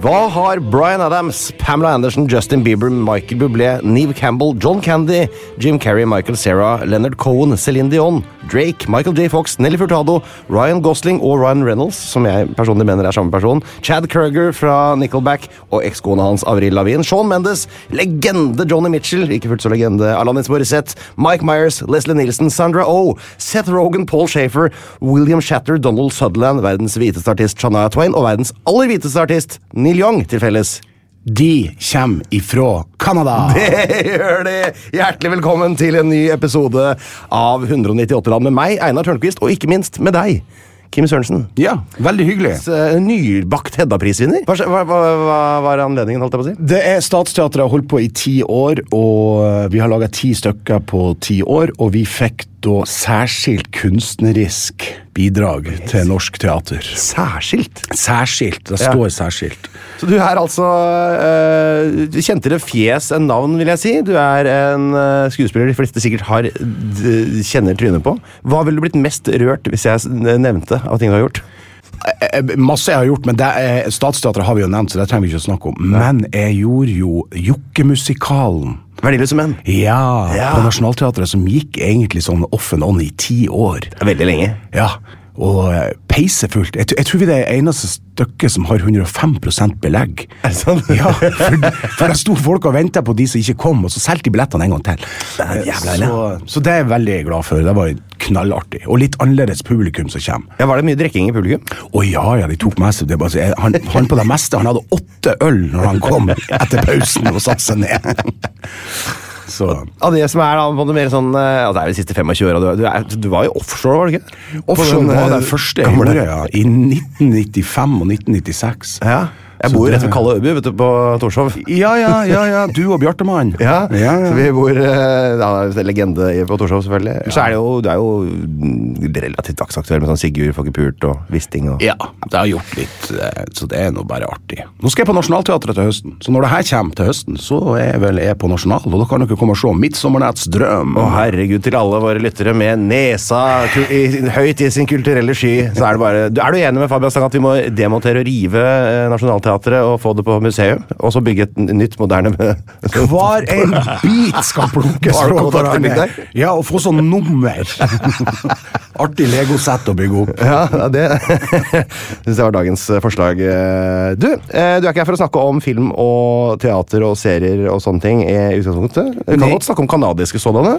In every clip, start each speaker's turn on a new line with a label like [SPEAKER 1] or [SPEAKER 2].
[SPEAKER 1] Hva har Bryan Adams, Pamela Anderson, Justin Bieber, Michael Bublé, Neve Campbell, John Candy, Jim Carrey, Michael Cera, Leonard Cohen, Céline Dion, Drake, Michael J. Fox, Nelly Furtado, Ryan Gosling og Ryan Reynolds, som jeg personlig mener er samme person, Chad Kruger fra Nickelback og ekskona hans Avril Lavigne, Sean Mendes, legende Johnny Mitchell, ikke fullt så legende Alanis Morissette, Mike Myers, Leslie Nielsen, Sandra O, oh, Seth Rogan, Paul Shafer, William Shatter, Donald Sutherland, verdens hviteste artist Shania Twain og verdens aller hviteste artist Neil Young til felles.
[SPEAKER 2] De kommer ifra Canada!
[SPEAKER 1] Det gjør de! Hjertelig velkommen til en ny episode av 198 land med meg, Einar Tørnquist, og ikke minst med deg, Kim Sørensen.
[SPEAKER 2] Ja, veldig hyggelig.
[SPEAKER 1] S- eh, Nybakt Hedda-prisvinner. Hva, hva, hva, hva var anledningen, holdt jeg på å si?
[SPEAKER 2] Det er Statsteatret har holdt på i ti år, og eh, vi har laga ti stykker på ti år. Og vi fikk da særskilt kunstnerisk bidrag til norsk teater.
[SPEAKER 1] Særskilt.
[SPEAKER 2] Særskilt. Det
[SPEAKER 1] Ja.
[SPEAKER 2] står særskilt.
[SPEAKER 1] Så du er altså eh, du Kjentere fjes enn navn, vil jeg si. Du er en eh, skuespiller de fleste sikkert har, d kjenner trynet på. Hva ville du blitt mest rørt hvis jeg s- nevnte av ting du har gjort?
[SPEAKER 2] Eh, Masse jeg har gjort, men det er, Statsteatret har vi jo nevnt, så det trenger vi ikke å snakke om. Men jeg gjorde jo Jokkemusikalen.
[SPEAKER 1] Verdiløse menn.
[SPEAKER 2] Ja,
[SPEAKER 1] Ja.
[SPEAKER 2] på Nationaltheatret, som gikk egentlig sånn off and on i ti år.
[SPEAKER 1] Veldig lenge.
[SPEAKER 2] Ja, og eh, peisefullt. Jeg, t- jeg tror vi det er eneste stykket som har 105 belegg.
[SPEAKER 1] Er det sant?
[SPEAKER 2] Ja, for, for da sto folk og venta på de som ikke kom, og så solgte de billettene en gang til. Eh,
[SPEAKER 1] er jævla ille.
[SPEAKER 2] Så, så det er jeg veldig glad for. Det var knallartig. Og litt annerledes publikum som kommer.
[SPEAKER 1] Ja, Var det mye drikking i publikum?
[SPEAKER 2] Å ja, ja, de tok med seg det. er bare- jeg- Han, han på det meste han hadde åtte øl når han kom etter pausen og satte seg ned. Så
[SPEAKER 1] Av det som er da, på det mer sånn eh, altså, Det er jo de siste 25 åra. Du, er- du, er- du var jo offshore, var du ikke? På
[SPEAKER 2] Offshore
[SPEAKER 1] den,
[SPEAKER 2] var
[SPEAKER 1] eh,
[SPEAKER 2] den første jeg
[SPEAKER 1] gamle-
[SPEAKER 2] gjorde, ja. I 1995 og 1996.
[SPEAKER 1] Ja. Jeg
[SPEAKER 2] Så
[SPEAKER 1] bor jo
[SPEAKER 2] det-
[SPEAKER 1] rett ved Kalle Øyby, vet du, på Torshov.
[SPEAKER 2] Ja, ja, ja, ja. Du og Bjartemann.
[SPEAKER 1] Ja,
[SPEAKER 2] ja,
[SPEAKER 1] Så
[SPEAKER 2] ja.
[SPEAKER 1] vi bor eh, ja, det er legende i- på Torshov, selvfølgelig. Så er det jo, du er jo mm, relativt dagsaktuell med sånn Sigurd får ikke pult og Wisting og
[SPEAKER 2] Ja, det har gjort litt, eh, så det er nå bare artig. Nå skal jeg på Nationaltheatret til høsten, så når det her kommer til høsten, så er jeg vel jeg på Nasjonal, og da kan dere komme og se Midtsommernetts drøm.
[SPEAKER 1] Å, herregud, til alle våre lyttere med nesa ku- i, høyt i sin kulturelle sky, så er det bare Du- Er du enig med Fabian Stang at vi må demontere og rive eh, Nationaltheatret og få det på museum? Og så bygge et n- nytt, moderne
[SPEAKER 2] Hver en bit skal plukkes
[SPEAKER 1] Har du
[SPEAKER 2] fra
[SPEAKER 1] kontakt med
[SPEAKER 2] hverandre.
[SPEAKER 1] Big Dad?
[SPEAKER 2] Ja, og få sånn nummer. Artig legosett å bygge opp.
[SPEAKER 1] Ja, det syns jeg var dagens eh, forslag. Eh, Du, eh, du er ikke her for å snakke om film og teater og serier og sånne ting i utgangspunktet. Vi kan
[SPEAKER 2] Nei.
[SPEAKER 1] godt snakke om kanadiske sådanne.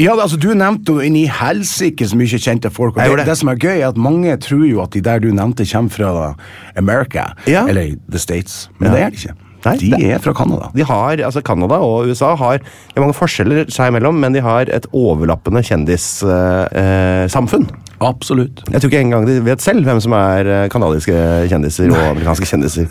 [SPEAKER 2] Ja, altså Du nevnte jo inni helsike så mye kjente folk. og
[SPEAKER 1] Jeg gjorde
[SPEAKER 2] det,
[SPEAKER 1] det.
[SPEAKER 2] det som er gøy, er at mange tror jo at de der du nevnte, kommer fra America.
[SPEAKER 1] Ja.
[SPEAKER 2] Eller The States. Men
[SPEAKER 1] Ja.
[SPEAKER 2] det er de ikke.
[SPEAKER 1] Nei,
[SPEAKER 2] de
[SPEAKER 1] det-
[SPEAKER 2] er fra Canada.
[SPEAKER 1] De har, altså Canada og USA har det er mange forskjeller seg imellom, men de har et overlappende kjendissamfunn.
[SPEAKER 2] Absolutt.
[SPEAKER 1] Jeg tror ikke engang de vet selv hvem som er eh, kanadiske kjendiser og amerikanske kjendiser.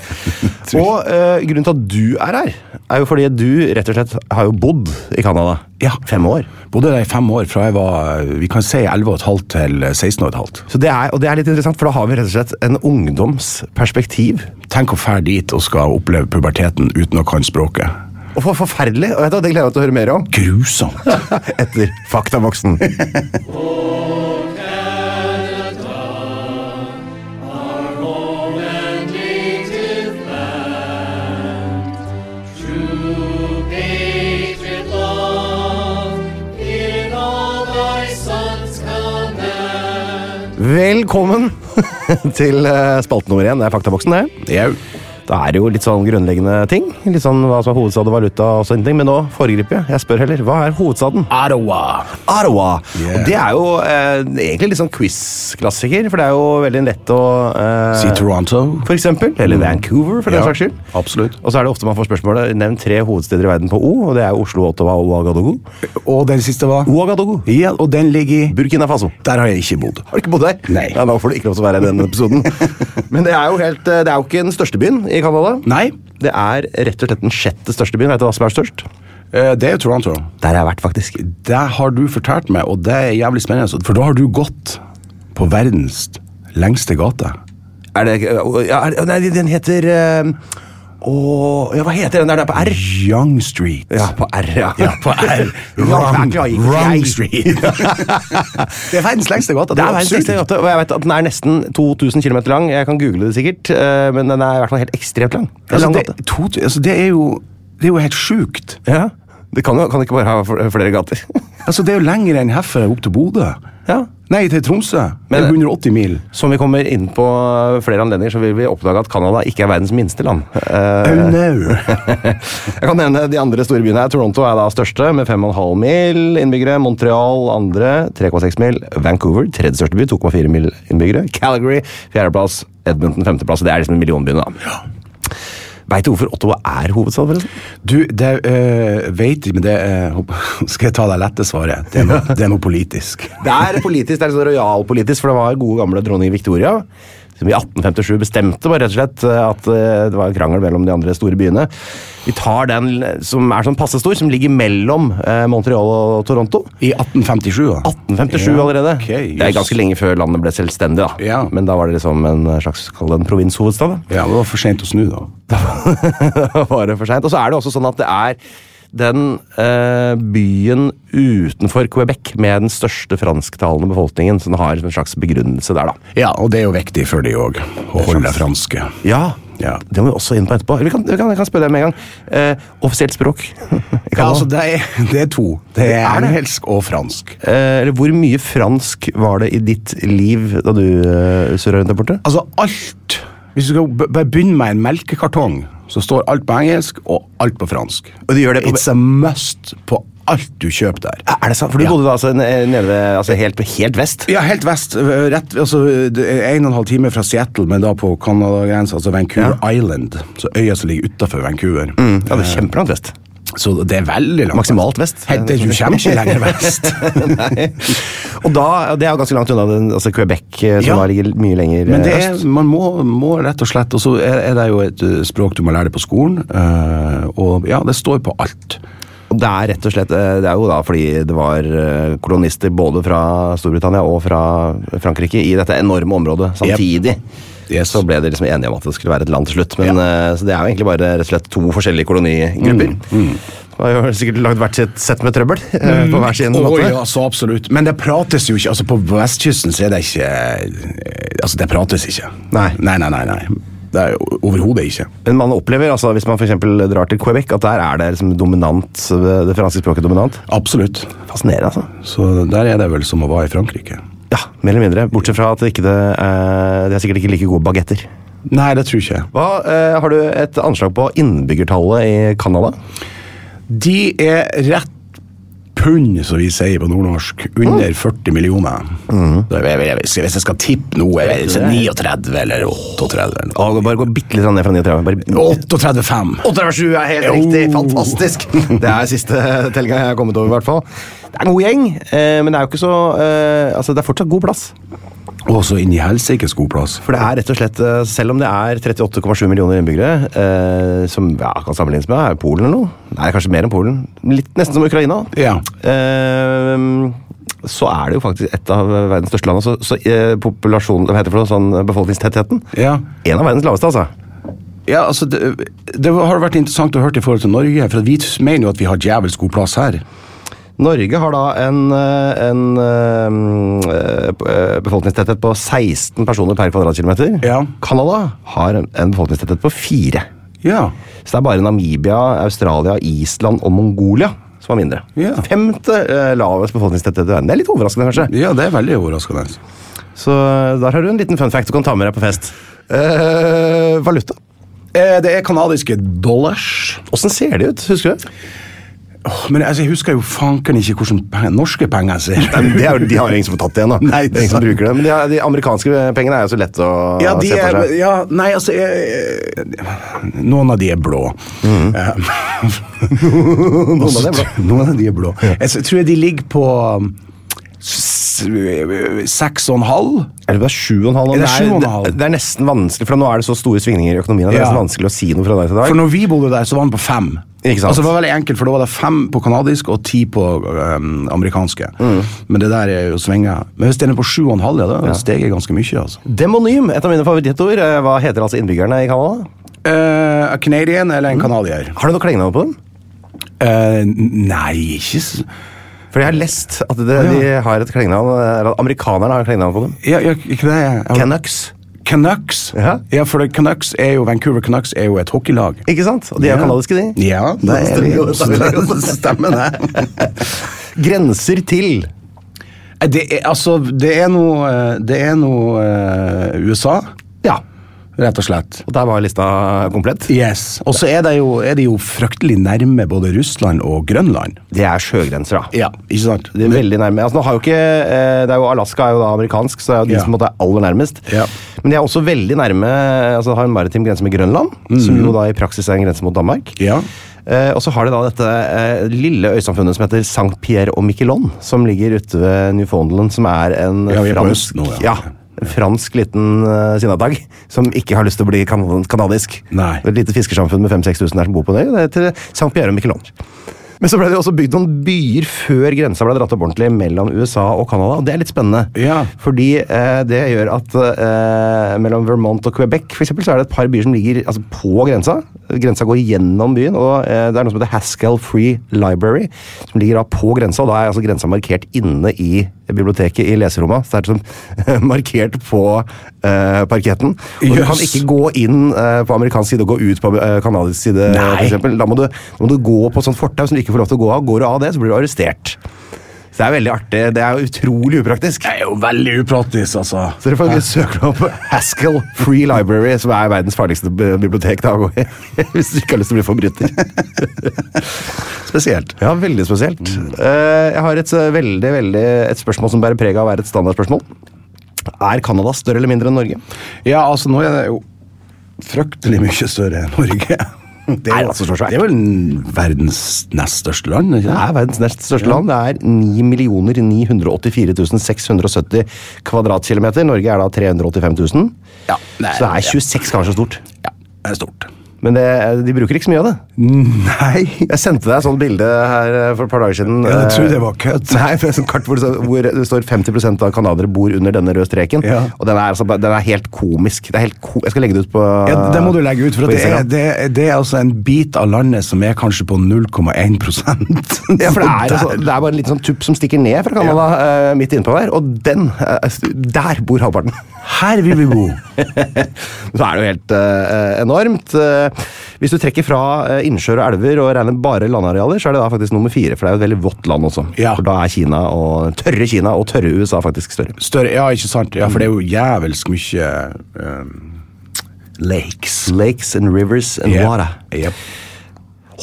[SPEAKER 1] og eh, grunnen til at du er her, er jo fordi du rett og slett har jo bodd i Canada.
[SPEAKER 2] Ja.
[SPEAKER 1] Fem år.
[SPEAKER 2] Bodde der i fem år, fra jeg var eh, vi kan si 11,5 til eh, 16,5.
[SPEAKER 1] Så det er, og det er litt interessant, for da har vi rett og slett en ungdomsperspektiv.
[SPEAKER 2] Tenk å fære dit og skal oppleve puberteten uten å kan språket.
[SPEAKER 1] Og for forferdelig! Og vet du, hva, Det gleder jeg meg til å høre mer om
[SPEAKER 2] Grusomt!
[SPEAKER 1] etter Faktaboksen.
[SPEAKER 3] Patriot love, in all thy sons command.
[SPEAKER 1] Velkommen til eh, spalte nummer én. Det er Faktaboksen, det.
[SPEAKER 2] Jau.
[SPEAKER 1] Da er det jo litt sånn grunnleggende ting. Litt sånn hva som er hovedstad og valuta og sånne ting. Men nå foregriper jeg. Jeg spør heller. Hva er hovedstaden?
[SPEAKER 2] Ottawa.
[SPEAKER 1] Ottawa.
[SPEAKER 2] Yeah.
[SPEAKER 1] Og det er jo eh, egentlig litt sånn quiz-klassiker, for det er jo veldig lett å eh,
[SPEAKER 2] Si Toronto.
[SPEAKER 1] For eksempel. Eller Vancouver, for den
[SPEAKER 2] Mm. Ja,
[SPEAKER 1] saks skyld.
[SPEAKER 2] absolutt.
[SPEAKER 1] Og så er det ofte man får spørsmålet nevn tre hovedsteder i verden på O, og det er Oslo, Ottawa og Ouagadougou.
[SPEAKER 2] Og den siste var
[SPEAKER 1] Ouagadougou.
[SPEAKER 2] Ja, og den ligger i
[SPEAKER 1] Burkina Faso.
[SPEAKER 2] Der har jeg ikke bodd.
[SPEAKER 1] Har du ikke bodd der?
[SPEAKER 2] Nei.
[SPEAKER 1] Ja, nå får du ikke lov til å være i den episoden. Men det er jo helt, eh, det er jo ikke den største byen i Canada.
[SPEAKER 2] Nei,
[SPEAKER 1] Det er rett og slett den sjette største byen. Vet du hva som er størst?
[SPEAKER 2] eh, det er jo Toronto.
[SPEAKER 1] Der har jeg vært, faktisk.
[SPEAKER 2] Det har du fortalt meg, og det er jævlig spennende. For da har du gått på verdens lengste gate.
[SPEAKER 1] Er det eh, ja, er, Nei, den heter eh, Å ja, Hva heter den der? Den er på R?
[SPEAKER 2] Young Street.
[SPEAKER 1] Ja, på R, ja.
[SPEAKER 2] Ja, på R.
[SPEAKER 1] Wrong, wrong
[SPEAKER 2] Street. det er verdens lengste gate.
[SPEAKER 1] Det er verdens lengste gate, og jeg vet at den er nesten 2000 km lang. Jeg kan google det sikkert, eh, men den er i hvert fall helt ekstremt lang. Det er
[SPEAKER 2] Altså,
[SPEAKER 1] lang gate.
[SPEAKER 2] det, to, altså, det, er jo, det er jo helt sjukt.
[SPEAKER 1] Ja. Det kan jo kan ikke bare ha fl- flere gater.
[SPEAKER 2] Altså, det er jo lenger enn herfra opp til Bodø.
[SPEAKER 1] Ja.
[SPEAKER 2] Nei, til Tromsø. Det er
[SPEAKER 1] Men-
[SPEAKER 2] 180 mil.
[SPEAKER 1] Som vi kommer inn på flere anledninger, så vil vi oppdage at Canada ikke er verdens minste land. Eh,
[SPEAKER 2] Oh no!
[SPEAKER 1] Jeg kan nevne de andre store byene her. Toronto er da største, med 5,5 mil innbyggere. Montreal andre, 3,6 mil. Vancouver, tredje største by, 2,4 mil innbyggere. Calgary, fjerdeplass. Edmonton, femteplass. Det er liksom en millionby, da. Veit du hvorfor Ottawa er hovedstad, forresten?
[SPEAKER 2] Du, det øh, vet ikke, men det øh, håper- Skal jeg ta det lette svaret? Det er noe, det er noe politisk.
[SPEAKER 1] Det er politisk, det er sånn royalpolitisk, for det var gode gamle dronning Victoria som i 1857 bestemte bare rett og slett at eh, det var en krangel mellom de andre store byene. Vi tar den som er sånn passe stor, som ligger mellom eh, Montreal og Toronto.
[SPEAKER 2] I 1857, da?
[SPEAKER 1] 1857
[SPEAKER 2] Ja,
[SPEAKER 1] allerede.
[SPEAKER 2] ok,
[SPEAKER 1] Det er
[SPEAKER 2] jøss.
[SPEAKER 1] ganske lenge før landet ble selvstendig, da.
[SPEAKER 2] Ja.
[SPEAKER 1] Men da var det liksom en slags kall det en provinshovedstad. da.
[SPEAKER 2] Ja, det var for sent å snu, da.
[SPEAKER 1] Da var det for sent. Og så er det også sånn at det er den eh, byen utenfor Quebec med den største fransktalende befolkningen som har en slags begrunnelse der, da.
[SPEAKER 2] Ja, og det er jo viktig for de òg, å holde det franske.
[SPEAKER 1] Ja.
[SPEAKER 2] Ja.
[SPEAKER 1] Det må vi også inn på etterpå. Vi kan, vi kan, jeg kan spørre deg med en gang. Eh, offisielt språk? Jeg
[SPEAKER 2] Ja,
[SPEAKER 1] kan
[SPEAKER 2] altså,
[SPEAKER 1] da-
[SPEAKER 2] det er, det er to. Det er,
[SPEAKER 1] Er det?
[SPEAKER 2] engelsk og fransk.
[SPEAKER 1] eh, eller hvor mye fransk var det i ditt liv da du eh, surra rundt der borte?
[SPEAKER 2] Altså, alt Hvis du skal be- bare begynne med en melkekartong, så står alt på engelsk og alt på fransk.
[SPEAKER 1] Og du gjør det på-
[SPEAKER 2] It's a must på alt du kjøper der.
[SPEAKER 1] Er det sant? For du
[SPEAKER 2] Ja.
[SPEAKER 1] bodde da altså, nede ved- altså helt, helt vest?
[SPEAKER 2] Ja, helt vest. øh, Rett, altså, det er en og en halv time fra Seattle, men da på Canada-grensa, altså Vancouver Island. Så øya som ligger utafor Vancouver.
[SPEAKER 1] Ja, det er kjempelangt vest.
[SPEAKER 2] Så det er veldig langt.
[SPEAKER 1] Mm. Maksimalt vest.
[SPEAKER 2] Helt, du kommer ikke lenger vest.
[SPEAKER 1] Nei. Og da, og det er jo ganske langt unna den, altså Quebec, eh, som
[SPEAKER 2] Ja.
[SPEAKER 1] da ligger mye lenger
[SPEAKER 2] Men det
[SPEAKER 1] eh,
[SPEAKER 2] er,
[SPEAKER 1] øst.
[SPEAKER 2] man må, må rett og slett Og så er, er det jo et øh, språk du må lære deg på skolen. øh, og ja, det står på alt.
[SPEAKER 1] Og Det er rett og slett eh, Det er jo da fordi det var eh, kolonister både fra Storbritannia og fra Frankrike i dette enorme området samtidig.
[SPEAKER 2] Yes.
[SPEAKER 1] Så ble de liksom enige om at det skulle være et land til slutt. Men, eh, Så det er jo egentlig bare rett og slett to forskjellige kolonigrupper. Det har jo sikkert lagd hvert sitt sett med trøbbel eh, på hver sin
[SPEAKER 2] Mm. Å
[SPEAKER 1] måte.
[SPEAKER 2] ja, så absolutt. Men det prates jo ikke. altså På vestkysten så er det ikke eh, Altså, det prates ikke.
[SPEAKER 1] Nei.
[SPEAKER 2] Nei, nei, nei. nei. Det er jo overhodet ikke.
[SPEAKER 1] Men man opplever, altså, hvis man for eksempel drar til Quebec, at der er det liksom dominant, det franske språket dominant.
[SPEAKER 2] Absolutt.
[SPEAKER 1] Fascinerende, altså.
[SPEAKER 2] Så der er det vel som å være i Frankrike.
[SPEAKER 1] Ja, mer eller mindre. Bortsett fra at det ikke det, eh, det er sikkert ikke like gode bagetter.
[SPEAKER 2] Nei, det tror ikke jeg.
[SPEAKER 1] Hva, eh, har du et anslag på innbyggertallet i Canada?
[SPEAKER 2] De er rett pund, som vi sier på nordnorsk. Under 40 millioner. Da vil jeg- hvis jeg- hvis jeg skal tippe noe, jeg vil si 39 eller 38. eller noe.
[SPEAKER 1] Å, bare gå bitte litt ned fra 39. Bare
[SPEAKER 2] 38,5.
[SPEAKER 1] 8,7 er helt
[SPEAKER 2] Jo.
[SPEAKER 1] riktig! Fantastisk! Det er siste tellinga jeg har kommet over, i hvert fall. Det er en god gjeng, eh, men det er jo ikke så eh, Altså, det er fortsatt god plass.
[SPEAKER 2] Og så inn i helsikes god plass.
[SPEAKER 1] For det er rett og slett, eh, selv om det er 38,7 millioner innbyggere, eh, som ja, kan sammenlignes med er det Polen eller noe Nei, kanskje mer enn Polen. Litt Nesten som Ukraina.
[SPEAKER 2] Ja.
[SPEAKER 1] Eh, så er det jo faktisk et av verdens største land. Så, så eh, populasjonen, hva heter det for noe, sånn eh, befolkningstettheten
[SPEAKER 2] Ja.
[SPEAKER 1] En av verdens laveste, altså.
[SPEAKER 2] Ja, altså, det, det har vært interessant å høre i forhold til Norge, for at vi mener jo at vi har djevelsk god plass her.
[SPEAKER 1] Norge har da en, eh, en eh, eh, befolkningstetthet på 16 personer per kvadratkilometer.
[SPEAKER 2] Ja.
[SPEAKER 1] Canada har en en befolkningstetthet på fire.
[SPEAKER 2] Ja.
[SPEAKER 1] Så det er bare Namibia, Australia, Island og Mongolia som er mindre.
[SPEAKER 2] Ja.
[SPEAKER 1] Femte eh, lavest befolkningstetthet i verden. Det er litt overraskende, kanskje.
[SPEAKER 2] ja, det er veldig overraskende.
[SPEAKER 1] Så eh, der har du en liten fun fact du kan ta med deg på fest. Eh, valuta.
[SPEAKER 2] Eh, det er kanadiske dollars.
[SPEAKER 1] Åssen ser de ut, husker du?
[SPEAKER 2] Åh, Men altså, jeg husker jo fanken ikke hvordan pe- norske penger ser ut.
[SPEAKER 1] det er, jo- de har jo ingen som har tatt det igjen, da.
[SPEAKER 2] Nei,
[SPEAKER 1] det er ingen som bruker det. Men de, har- de amerikanske pengene er jo så lett å
[SPEAKER 2] Ja, de
[SPEAKER 1] se
[SPEAKER 2] er,
[SPEAKER 1] for seg.
[SPEAKER 2] ja, nei, altså jeg, Noen av de er blå. Eh,
[SPEAKER 1] Mm. Noen av de er blå.
[SPEAKER 2] Noen av de er blå. Jeg s- tror jeg de ligger på um, s- seks og en halv.
[SPEAKER 1] Er det bare sju og en halv?
[SPEAKER 2] Er det
[SPEAKER 1] er-
[SPEAKER 2] sju og en halv?
[SPEAKER 1] det- Det er nesten vanskelig, for nå er det så store svingninger i økonomien. at Det er
[SPEAKER 2] Ja.
[SPEAKER 1] nesten vanskelig å si noe fra dag til dag.
[SPEAKER 2] For når vi bodde der, så var den på fem.
[SPEAKER 1] Ikke sant?
[SPEAKER 2] Altså, det var veldig enkelt, for Da var det fem på kanadisk og ti på øhm, amerikanske.
[SPEAKER 1] Mm.
[SPEAKER 2] Men det der er jo svinger. Men hvis den er på sju og en halv, ja, da steger ganske mye. altså.
[SPEAKER 1] Demonym, et av mine favorittord. Eh, Hva heter altså innbyggerne i Canada?
[SPEAKER 2] Eh, A Canadian eller en canadier?
[SPEAKER 1] Har du noe klengende på dem?
[SPEAKER 2] Eh, n- nei, ikke s-
[SPEAKER 1] For jeg har lest at det, de har et klengenavn eller at Amerikanerne har et klengenavn på dem.
[SPEAKER 2] ja, ja, Ikke det? jeg- jeg-
[SPEAKER 1] Canucks.
[SPEAKER 2] Canucks.
[SPEAKER 1] Ja.
[SPEAKER 2] for det- Canucks er jo, Vancouver Canucks er jo et hockeylag.
[SPEAKER 1] Ikke sant? Og de er jo
[SPEAKER 2] Ja.
[SPEAKER 1] kanadiske, de.
[SPEAKER 2] Ja, det er
[SPEAKER 1] stemmer jo,
[SPEAKER 2] det.
[SPEAKER 1] det stemmer jo.
[SPEAKER 2] Det stemmer det.
[SPEAKER 1] Grenser til.
[SPEAKER 2] Eh, Det er, altså, det er noe, eh, det er noe eh, USA,
[SPEAKER 1] Ja.
[SPEAKER 2] rett og slett.
[SPEAKER 1] Og der var lista komplett.
[SPEAKER 2] Yes. Og så er det jo, er det jo fryktelig nærme både Russland og Grønland.
[SPEAKER 1] Det er sjøgrenser, da.
[SPEAKER 2] Ja, ikke sant?
[SPEAKER 1] Det er veldig nærme. Altså, nå har jo ikke, eh, det er jo, Alaska er jo da amerikansk, så det er jo de
[SPEAKER 2] Ja.
[SPEAKER 1] som på en måte er aller nærmest.
[SPEAKER 2] Ja.
[SPEAKER 1] Men de er også veldig nærme altså har en maritim grense med Grønland, som jo da i praksis er en grense mot Danmark.
[SPEAKER 2] Mhm. Ja.
[SPEAKER 1] Eh, og så har de da dette eh, lille øysamfunnet som heter St. Pierre og Miquelon, som ligger ute ved Newfoundland, som er en
[SPEAKER 2] Ja, vi er på
[SPEAKER 1] fransk,
[SPEAKER 2] øst nå, ja.
[SPEAKER 1] ja, en fransk liten uh, sinnatagg som ikke har lyst til å bli kan kanadisk.
[SPEAKER 2] Nei.
[SPEAKER 1] Det er Et lite fiskersamfunn med 5000-6000 der som bor på en øy. og Det heter St. Pierre og Miquelon. Men så ble det også bygd noen byer før grensa ble dratt opp ordentlig mellom USA og Canada, og det er litt spennende.
[SPEAKER 2] Ja.
[SPEAKER 1] Fordi eh, det gjør at eh, mellom Vermont og Quebec for eksempel, så er det et par byer som ligger altså, på grensa. Grensa går gjennom byen, og eh, det er noe som heter Haskell Free Library, som ligger da på grensa. og Da er altså grensa markert inne i biblioteket i leserommet. Så det er som markert på eh, parketten. Og du kan
[SPEAKER 2] Jøss.
[SPEAKER 1] ikke gå inn eh, på amerikansk side og gå ut på eh, kanadisk side,
[SPEAKER 2] Nei.
[SPEAKER 1] for eksempel. Da må, du, da må du gå på et sånt fortau som du ikke får lov til å gå av. Går du av det, så blir du arrestert. Så det er veldig artig. Det er jo utrolig upraktisk.
[SPEAKER 2] Det er jo veldig upraktisk, altså.
[SPEAKER 1] Så dere får søke opp Haskell Free Library, som er verdens farligste bi- bibliotek. Da, å gå i, hvis du ikke har lyst til å bli forbryter.
[SPEAKER 2] Spesielt. Mm.
[SPEAKER 1] Ja, veldig spesielt. Eh, jeg har et eh, veldig, veldig et spørsmål som bærer preg av å være et standardspørsmål. Er Canada større eller mindre enn Norge?
[SPEAKER 2] Ja, altså, nå er det jo fryktelig mye større enn Norge. Det
[SPEAKER 1] Nei,
[SPEAKER 2] jo-
[SPEAKER 1] altså, så svært.
[SPEAKER 2] det er vel n- verdens nest største land? ikke
[SPEAKER 1] Det er verdens nest største land. Det er 9 984 670 kvadratkilometer. Norge er da 385 000.
[SPEAKER 2] Ja, det er-
[SPEAKER 1] så det er 26 ganger så stort.
[SPEAKER 2] Ja, det er stort.
[SPEAKER 1] Men det, de bruker ikke så mye av det.
[SPEAKER 2] Nei
[SPEAKER 1] Jeg sendte deg et sånt bilde her eh, for et par dager siden.
[SPEAKER 2] Ja, jeg tror det sånn
[SPEAKER 1] Eh,
[SPEAKER 2] var kødd.
[SPEAKER 1] Nei, det er et sånt kart hvor det, står- hvor det står 50 av canadiere bor under denne røde streken.
[SPEAKER 2] Ja.
[SPEAKER 1] Og den er, altså, den er helt komisk. Det er helt ko jeg skal legge det ut på
[SPEAKER 2] ja, Det må du legge ut, for
[SPEAKER 1] på
[SPEAKER 2] at det er,
[SPEAKER 1] Instagram.
[SPEAKER 2] det, er- det er altså en bit av landet som er kanskje på 0,1
[SPEAKER 1] ja, for det er, altså, det er bare en liten sånn tupp som stikker ned fra Canada eh, midt innpå der, og den eh, Der bor halvparten!
[SPEAKER 2] Her vil vi bo!
[SPEAKER 1] Så er det jo helt eh, enormt. Eh, Hvis du trekker fra eh, innsjøer og elver og regner bare landarealer, så er det da faktisk nummer fire, for det er jo et veldig vått land også.
[SPEAKER 2] Ja.
[SPEAKER 1] For da er Kina og tørre Kina og tørre USA faktisk større.
[SPEAKER 2] Større, ja, ikke sant? Ja, for det er jo jævelsk mye eh, lakes.
[SPEAKER 1] Lakes and rivers and
[SPEAKER 2] Yep,
[SPEAKER 1] water.
[SPEAKER 2] yep.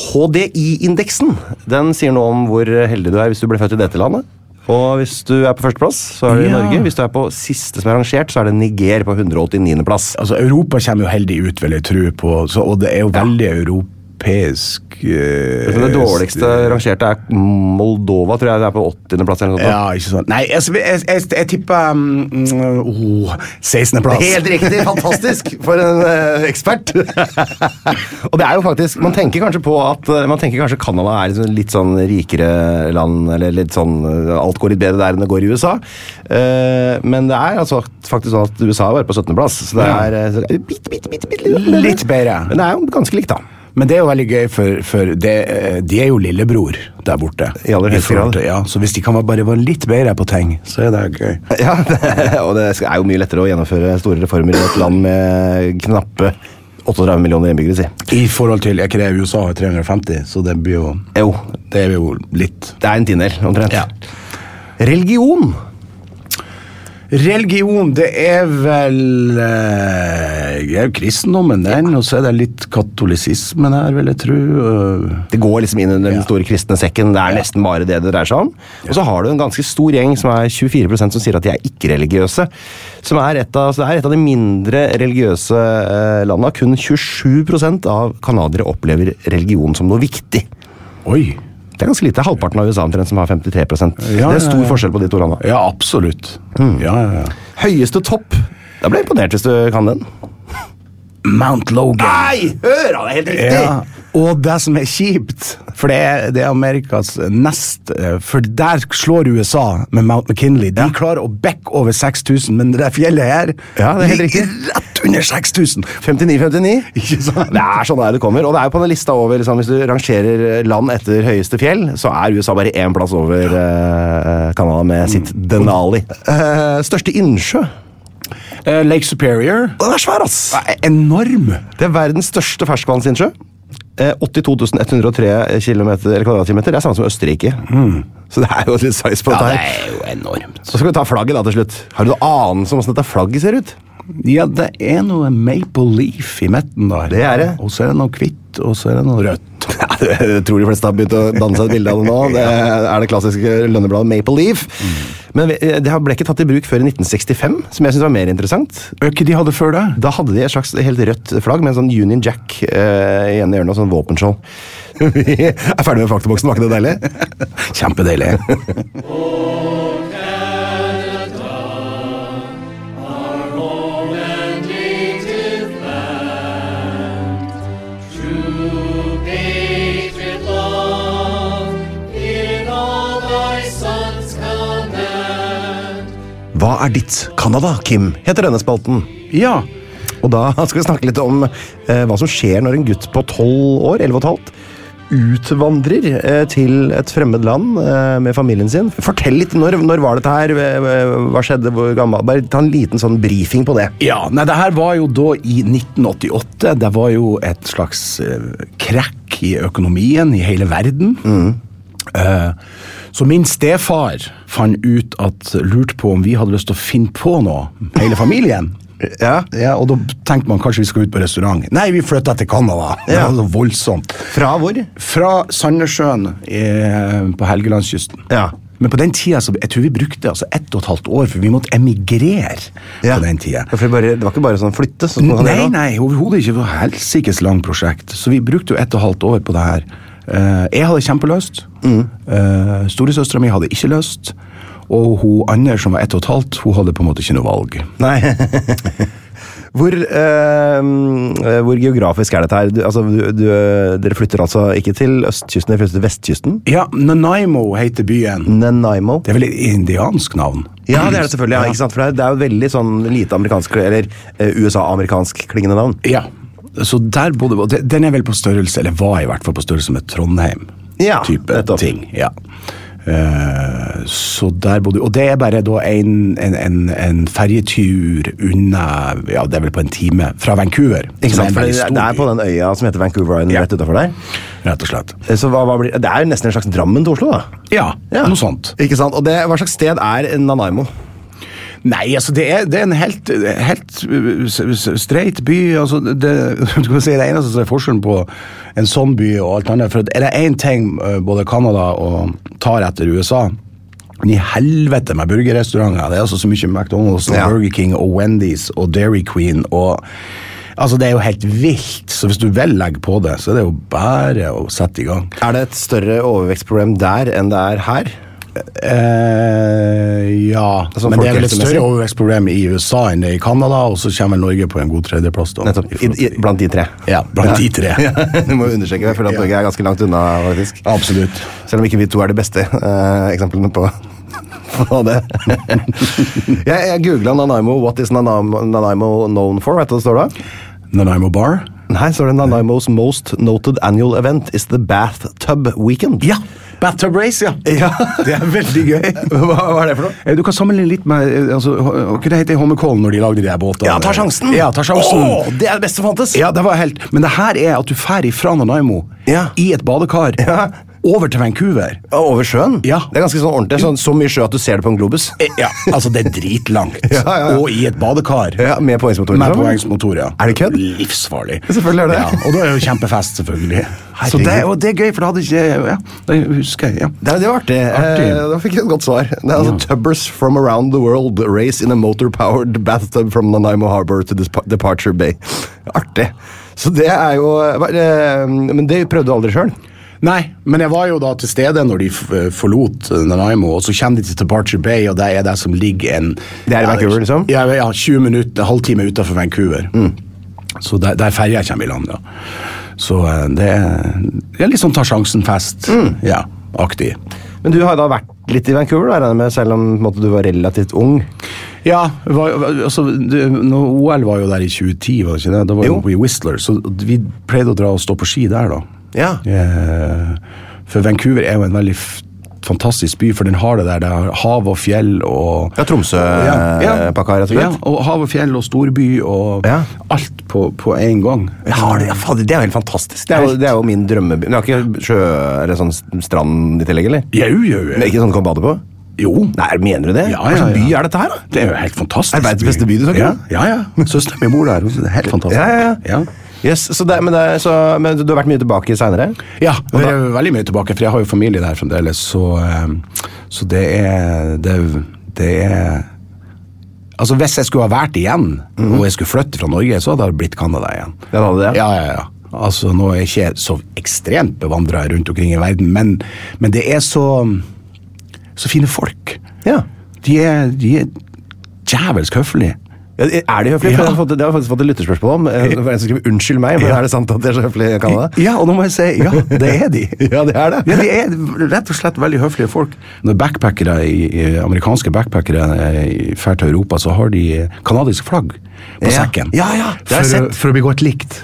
[SPEAKER 1] HDI-indeksen den sier noe om hvor heldig du er hvis du ble født i dette landet. Og hvis du er på førsteplass, så er det
[SPEAKER 2] Ja.
[SPEAKER 1] Norge. Hvis du er på siste som er rangert, så er det Niger på 189. plass.
[SPEAKER 2] Altså, Europa kommer jo heldig ut, vil jeg tro, på, så, og det er jo veldig europeisk eh,
[SPEAKER 1] Men det dårligste rangerte er Moldova, tror jeg. Det er på 80. plass. eller noe sånt.
[SPEAKER 2] Ja, ikke sant. Nei, jeg, jeg, jeg, jeg tipper mm, oh, 16.-plass.
[SPEAKER 1] Helt riktig! Fantastisk! For en eh, ekspert! og det er jo faktisk Man tenker kanskje på at eh, Man tenker kanskje Canada er liksom litt sånn rikere land, eller litt sånn eh, Alt går litt bedre der enn det går i USA. Eh, men det er altså faktisk sånn at USA er bare på 17. plass, så det er eh, så- bitte, bitte, bitte, bitte litt bedre.
[SPEAKER 2] Litt bedre.
[SPEAKER 1] Men det er jo ganske likt, da.
[SPEAKER 2] Men det er jo veldig gøy, for, for det, eh, de er jo lillebror der borte.
[SPEAKER 1] I aller høyeste
[SPEAKER 2] forhold
[SPEAKER 1] grad.
[SPEAKER 2] til- Ja, så hvis de kan bare være litt bedre på ting, så er det gøy.
[SPEAKER 1] Ja, Og det er jo mye lettere å gjennomføre store reformer i et land med knappe 38 millioner innbyggere, si.
[SPEAKER 2] I forhold til Jeg krever USA har 350, så det blir jo
[SPEAKER 1] Jo,
[SPEAKER 2] Det er jo litt
[SPEAKER 1] det er en tiendedel, omtrent.
[SPEAKER 2] Ja.
[SPEAKER 1] Religion
[SPEAKER 2] Religion, det er vel eh, Det er jo kristendommen, den, og så er det litt katolisismen her, vil jeg tro. eh.
[SPEAKER 1] Det går liksom inn under den
[SPEAKER 2] Ja.
[SPEAKER 1] store kristne sekken. Det er nesten bare det det dreier seg om. Og så har du en ganske stor gjeng som er 24 som sier at de er ikke-religiøse. Som er et av, så det er et av de mindre religiøse eh, landa. Kun 27 av canadiere opplever religion som noe viktig.
[SPEAKER 2] Oi!
[SPEAKER 1] Det er ganske lite. Halvparten av USA omtrent som har 53 Det
[SPEAKER 2] Ja,
[SPEAKER 1] er stor
[SPEAKER 2] ja, ja.
[SPEAKER 1] forskjell på de to landa.
[SPEAKER 2] Ja, absolutt. Ja, ja, ja.
[SPEAKER 1] Høyeste topp. Da ble jeg imponert hvis du kan den.
[SPEAKER 2] Mount Logan.
[SPEAKER 1] hør da! Det er helt
[SPEAKER 2] Ja, og det som er kjipt, for det er, det er Amerikas nest eh, For der slår USA med Mount McKinley. De klarer å backe over 6000, men det fjellet her
[SPEAKER 1] Ja, det er helt
[SPEAKER 2] ligger
[SPEAKER 1] riktig.
[SPEAKER 2] rett under 6000!
[SPEAKER 1] 59-59.
[SPEAKER 2] Ikke sant?
[SPEAKER 1] Det er sånn der det kommer. Og det er jo på den lista over liksom, Hvis du rangerer eh, land etter høyeste fjell, så er USA bare én plass over eh, Canada med sitt Denali. Eh, største innsjø.
[SPEAKER 2] Eh, Lake Superior.
[SPEAKER 1] Den er svær, ass!
[SPEAKER 2] Eh, Enorm!
[SPEAKER 1] Det er verdens største ferskvannsinnsjø. Eh, 82 103 kilometer- eller kvadratkilometer. Det er samme som Østerrike. Så det er jo litt size på dette her.
[SPEAKER 2] jo enormt.
[SPEAKER 1] Så skal vi ta flagget da til slutt. Har du noen anelse om hvordan dette flagget ser ut?
[SPEAKER 2] Ja, det er noe maple leaf i midten der.
[SPEAKER 1] Det er det.
[SPEAKER 2] Og så er det noe hvitt, og så er det noe rødt.
[SPEAKER 1] Ja, jeg tror de fleste har begynt å danne seg et bilde av det nå. Det er det klassiske lønnebladet Maple Leaf. Men vi- det har- ble ikke tatt i bruk før i 1965, som jeg synes var mer interessant.
[SPEAKER 2] Hva de hadde før det?
[SPEAKER 1] Da hadde de et slags helt rødt flagg med en sånn Union Jack eh, i ene hjørnet og sånn våpenskjold. Vi er ferdig med faktaboksen, var ikke det deilig?
[SPEAKER 2] Kjempedeilig.
[SPEAKER 3] Patriot love in all thy sons command.
[SPEAKER 1] Hva er ditt Canada, Kim? heter denne spalten.
[SPEAKER 2] ja.
[SPEAKER 1] Og da skal vi snakke litt om eh, hva som skjer når en gutt på 12 år, 11 og et halvt, utvandrer eh, til et fremmed land eh, med familien sin. Fortell litt, når, når var dette her, Eh, hva skjedde, hvor gammel, bare ta en liten sånn briefing på det.
[SPEAKER 2] Ja, nei, det her var jo da i 1988. Det var jo et slags eh, krekk i økonomien i hele verden. Eh, så min stefar fant ut at lurte på om vi hadde lyst til å finne på noe, hele familien.
[SPEAKER 1] Ja.
[SPEAKER 2] Ja, og da tenkte man kanskje vi skal ut på restaurant. Nei, vi flytta til Canada! Det
[SPEAKER 1] Ja.
[SPEAKER 2] var så voldsomt.
[SPEAKER 1] Fra hvor?
[SPEAKER 2] Fra Sandnessjøen eh, på Helgelandskysten.
[SPEAKER 1] Ja.
[SPEAKER 2] Men på den tida, så, jeg tror vi brukte altså ett og et halvt år, for vi måtte emigrere.
[SPEAKER 1] Ja.
[SPEAKER 2] på den tida.
[SPEAKER 1] Ja, for det bare, det var ikke bare sånn flytte? Sånn, som man
[SPEAKER 2] Nei,
[SPEAKER 1] gjør nå.
[SPEAKER 2] nei, overhodet ikke. Det var helsikes langt prosjekt. Så vi brukte jo ett og et halvt år på det her. Eh, jeg hadde kjempelyst. Mm. Storesøstera mi hadde ikke lyst. Og hun andre som var ett og et halvt, hun hadde på en måte ikke noe valg.
[SPEAKER 1] Nei. Hvor, eh, hvor geografisk er dette her? Du, altså, du, du, dere flytter altså ikke til østkysten, dere flytter til vestkysten?
[SPEAKER 2] Ja, Nanaimo heter byen.
[SPEAKER 1] Nanaimo?
[SPEAKER 2] Det er vel et indiansk navn?
[SPEAKER 1] Mm. Ja, det er det selvfølgelig. Ja, ikke sant? For det er, det er jo et veldig sånn lite amerikansk, eller eh, USA-amerikansk klingende navn.
[SPEAKER 2] Ja. Så der bodde og de- Den er vel på størrelse, eller var i hvert fall på størrelse med Trondheim.
[SPEAKER 1] Ja,
[SPEAKER 2] type
[SPEAKER 1] nettopp.
[SPEAKER 2] ting. Ja. Eh, så der bodde Og det er bare da en, en, en, en ferjetur unna Ja, det er vel på en time fra Vancouver.
[SPEAKER 1] Ikke
[SPEAKER 2] som
[SPEAKER 1] sant,
[SPEAKER 2] er en
[SPEAKER 1] for
[SPEAKER 2] veldig
[SPEAKER 1] det,
[SPEAKER 2] stor
[SPEAKER 1] det er på
[SPEAKER 2] by,
[SPEAKER 1] den øya som heter Vancouver Island
[SPEAKER 2] Ja.
[SPEAKER 1] rett utenfor der.
[SPEAKER 2] Rett og slett.
[SPEAKER 1] Eh, Så hva, hva blir, det er jo nesten en slags Drammen til Oslo, da.
[SPEAKER 2] Ja, noe sånt.
[SPEAKER 1] Ikke sant? Og det, hva slags sted er Nanaimo?
[SPEAKER 2] Nei, altså det er, det er en helt, helt uh, s- s- streit by. Altså det, du kan si det eneste som er forskjellen på en sånn by og alt annet For Er det én ting uh, både Canada og tar etter USA men i helvete med burgerrestauranter! Det er altså så mye McDonald's og
[SPEAKER 1] Ja.
[SPEAKER 2] Burger King og Wendy's og Dairy Queen og Altså, det er jo helt vilt, så hvis du vil legge på det, så er det jo bare å sette i gang.
[SPEAKER 1] Er det et større overvektsproblem der enn det er her?
[SPEAKER 2] Eh, ja,
[SPEAKER 1] Altså,
[SPEAKER 2] men det er vel et
[SPEAKER 1] folkehelsemessig?
[SPEAKER 2] større overvekstproblem i USA enn det er i Canada, og så kommer Norge på en god tredjeplass. da.
[SPEAKER 1] Nettopp.
[SPEAKER 2] I
[SPEAKER 1] I,
[SPEAKER 2] forhold
[SPEAKER 1] i,
[SPEAKER 2] til-
[SPEAKER 1] blant de tre.
[SPEAKER 2] Ja, blant de tre.
[SPEAKER 1] Ja, du må jo understreke det, for at
[SPEAKER 2] Ja.
[SPEAKER 1] Norge er ganske langt unna, faktisk.
[SPEAKER 2] Absolutt.
[SPEAKER 1] Selv om ikke vi to er de beste eh, eksemplene på, på det. jeg jeg googla Nanaimo. What is Nanaimo, Nanaimo known for? Vet du hva det står da?
[SPEAKER 2] Nanaimo Bar?
[SPEAKER 1] Nei, står det Nanaimos most noted annual event is the bathtub weekend.
[SPEAKER 2] Ja! Bathtub Race, ja!
[SPEAKER 1] Ja.
[SPEAKER 2] Det er veldig gøy.
[SPEAKER 1] Hva, hva er det for noe?
[SPEAKER 2] Eh, Du kan sammenligne litt med eh, altså, h- Hva det heter det i Holmenkollen når de lagde de der båtene?
[SPEAKER 1] Ja, ta sjansen!
[SPEAKER 2] Ja, ta sjansen.
[SPEAKER 1] Åh, det er det beste som fantes!
[SPEAKER 2] Ja, det var helt Men det her er at du drar fra Nanaimo
[SPEAKER 1] Ja.
[SPEAKER 2] i et badekar
[SPEAKER 1] Ja.
[SPEAKER 2] over til Vancouver.
[SPEAKER 1] Ja, Over sjøen?
[SPEAKER 2] Ja.
[SPEAKER 1] Det er ganske sånn ordentlig. Sånn, så mye sjø at du ser det på en globus.
[SPEAKER 2] Eh, Ja, altså, det er dritlangt.
[SPEAKER 1] Ja, ja, ja.
[SPEAKER 2] Og i et badekar.
[SPEAKER 1] Ja, med poengsmotor.
[SPEAKER 2] Med
[SPEAKER 1] liksom.
[SPEAKER 2] poengsmotor, ja.
[SPEAKER 1] Er det kødd?
[SPEAKER 2] Livsfarlig.
[SPEAKER 1] Selvfølgelig er det.
[SPEAKER 2] Ja, og da er det jo kjempefest, selvfølgelig. Så
[SPEAKER 1] Herregud.
[SPEAKER 2] det, og det er gøy, for det hadde ikke Ja, det husker jeg. ja.
[SPEAKER 1] Det, det var artig.
[SPEAKER 2] Artig.
[SPEAKER 1] Eh, da fikk jeg et godt svar. Det er altså Tubbers from around the world race in a motor-powered bathtub from Nanaimo Harbor to Desp- Departure Bay. Artig. Så det er jo hva- eh, Men det prøvde du aldri sjøl?
[SPEAKER 2] Nei, men jeg var jo da til stede når de f forlot eh, Nanaimo, og så kommer de til Departure Bay, og der er det som ligger en
[SPEAKER 1] Det er i
[SPEAKER 2] ja,
[SPEAKER 1] Vancouver, liksom?
[SPEAKER 2] Ja, ja 20 minutter, halvtime utenfor Vancouver. Mm. Så der, der ferja kommer i land, ja. Så eh, det er, det er litt sånn ta sjansen-fest.
[SPEAKER 1] Mm.
[SPEAKER 2] Ja, aktig.
[SPEAKER 1] Men du har da vært litt i Vancouver, da, regner jeg med, selv om på en måte, du var relativt ung?
[SPEAKER 2] Ja, var, var- altså, det, nå, OL var jo der i 2010, var det ikke det? Da var
[SPEAKER 1] Jo.
[SPEAKER 2] vi oppe i Whistler, så vi pleide å dra og stå på ski der, da.
[SPEAKER 1] Ja.
[SPEAKER 2] Eh, For Vancouver er jo en veldig f fantastisk by, for den har det der. Det har hav og fjell og
[SPEAKER 1] Ja, eh, Tromsø-pakka, rett og slett.
[SPEAKER 2] Ja, og hav og fjell og storby og
[SPEAKER 1] Ja.
[SPEAKER 2] alt på, på én gang.
[SPEAKER 1] Ja, det, ja, fader, det er jo helt fantastisk. Det er jo, det er jo min drømmeby. Men du har ikke sjø eller sånn strand i tillegg, eller?
[SPEAKER 2] Jau, jau,
[SPEAKER 1] Men
[SPEAKER 2] jau.
[SPEAKER 1] ikke sånn du kan bade på?
[SPEAKER 2] Jo.
[SPEAKER 1] Nei, mener du det?
[SPEAKER 2] Ja,
[SPEAKER 1] Hva
[SPEAKER 2] ja,
[SPEAKER 1] slags by
[SPEAKER 2] ja.
[SPEAKER 1] er dette her, da?
[SPEAKER 2] Det er jo helt fantastisk.
[SPEAKER 1] Er det verdens beste by du snakker
[SPEAKER 2] ja,
[SPEAKER 1] om?
[SPEAKER 2] ja, ja. Søsteren min bor der. og det er Helt fantastisk.
[SPEAKER 1] Ja, ja, ja. Yes, så det, men, det, er- så, men du har vært mye tilbake seinere?
[SPEAKER 2] Ja, jeg er veldig mye tilbake, for jeg har jo familie der fremdeles, så, eh, så det er det, det er Altså, hvis jeg skulle ha vært igjen, og jeg skulle flytte fra Norge, så hadde det blitt Canada igjen.
[SPEAKER 1] Mhm. Ja, det hadde det, ja.
[SPEAKER 2] Ja, ja, ja. Altså, nå er jeg ikke så ekstremt bevandra rundt omkring i verden, men, men det er så Så fine folk.
[SPEAKER 1] Ja.
[SPEAKER 2] De er, de er djevelsk høflige.
[SPEAKER 1] Ja, Er de høflige? For
[SPEAKER 2] Ja.
[SPEAKER 1] jeg har fått- Det har jeg faktisk fått et lytterspørsmål om. Eh, Det var en som skrev 'unnskyld meg', men
[SPEAKER 2] Ja.
[SPEAKER 1] er det sant at de er så høflige i Canada?
[SPEAKER 2] Ja, og nå må jeg si ja, det er de.
[SPEAKER 1] Ja, det er det.
[SPEAKER 2] Ja, de er rett og slett veldig høflige folk. Når backpackere, i, i- amerikanske backpackere eh, drar til Europa, så har de eh, kanadisk flagg på
[SPEAKER 1] Ja.
[SPEAKER 2] sekken.
[SPEAKER 1] Ja, ja, det har jeg
[SPEAKER 2] for, å-
[SPEAKER 1] sett.
[SPEAKER 2] for å bli godt likt.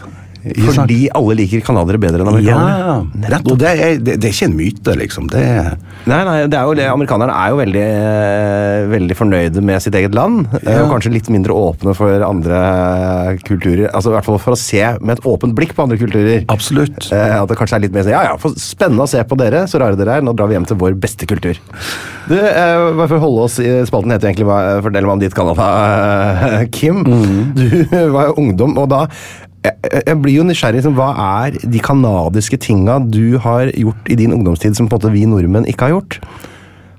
[SPEAKER 2] Ikke sant?
[SPEAKER 1] Fordi alle liker canadiere bedre enn amerikanere.
[SPEAKER 2] Ja, rett, og det er, det, det er ikke en myte, liksom. Det er,
[SPEAKER 1] Nei, nei, det er jo, det. Amerikanerne er jo veldig, eh, veldig fornøyde med sitt eget land. eh,
[SPEAKER 2] Ja.
[SPEAKER 1] Og kanskje litt mindre åpne for andre kulturer. Altså i hvert fall for å se med et åpent blikk på andre kulturer.
[SPEAKER 2] absolutt.
[SPEAKER 1] Eh, At det kanskje er litt mer sånn, ja ja, for spennende å se på dere, så rare dere er. Nå drar vi hjem til vår beste kultur. Du, eh, bare for å holde oss i spalten, heter jo egentlig hva, Fortell meg om ditt Canada, eh, Kim. Du var jo ungdom, og da jeg, jeg blir jo nysgjerrig. Liksom, hva er de canadiske tinga du har gjort i din ungdomstid som på en måte vi nordmenn ikke har gjort?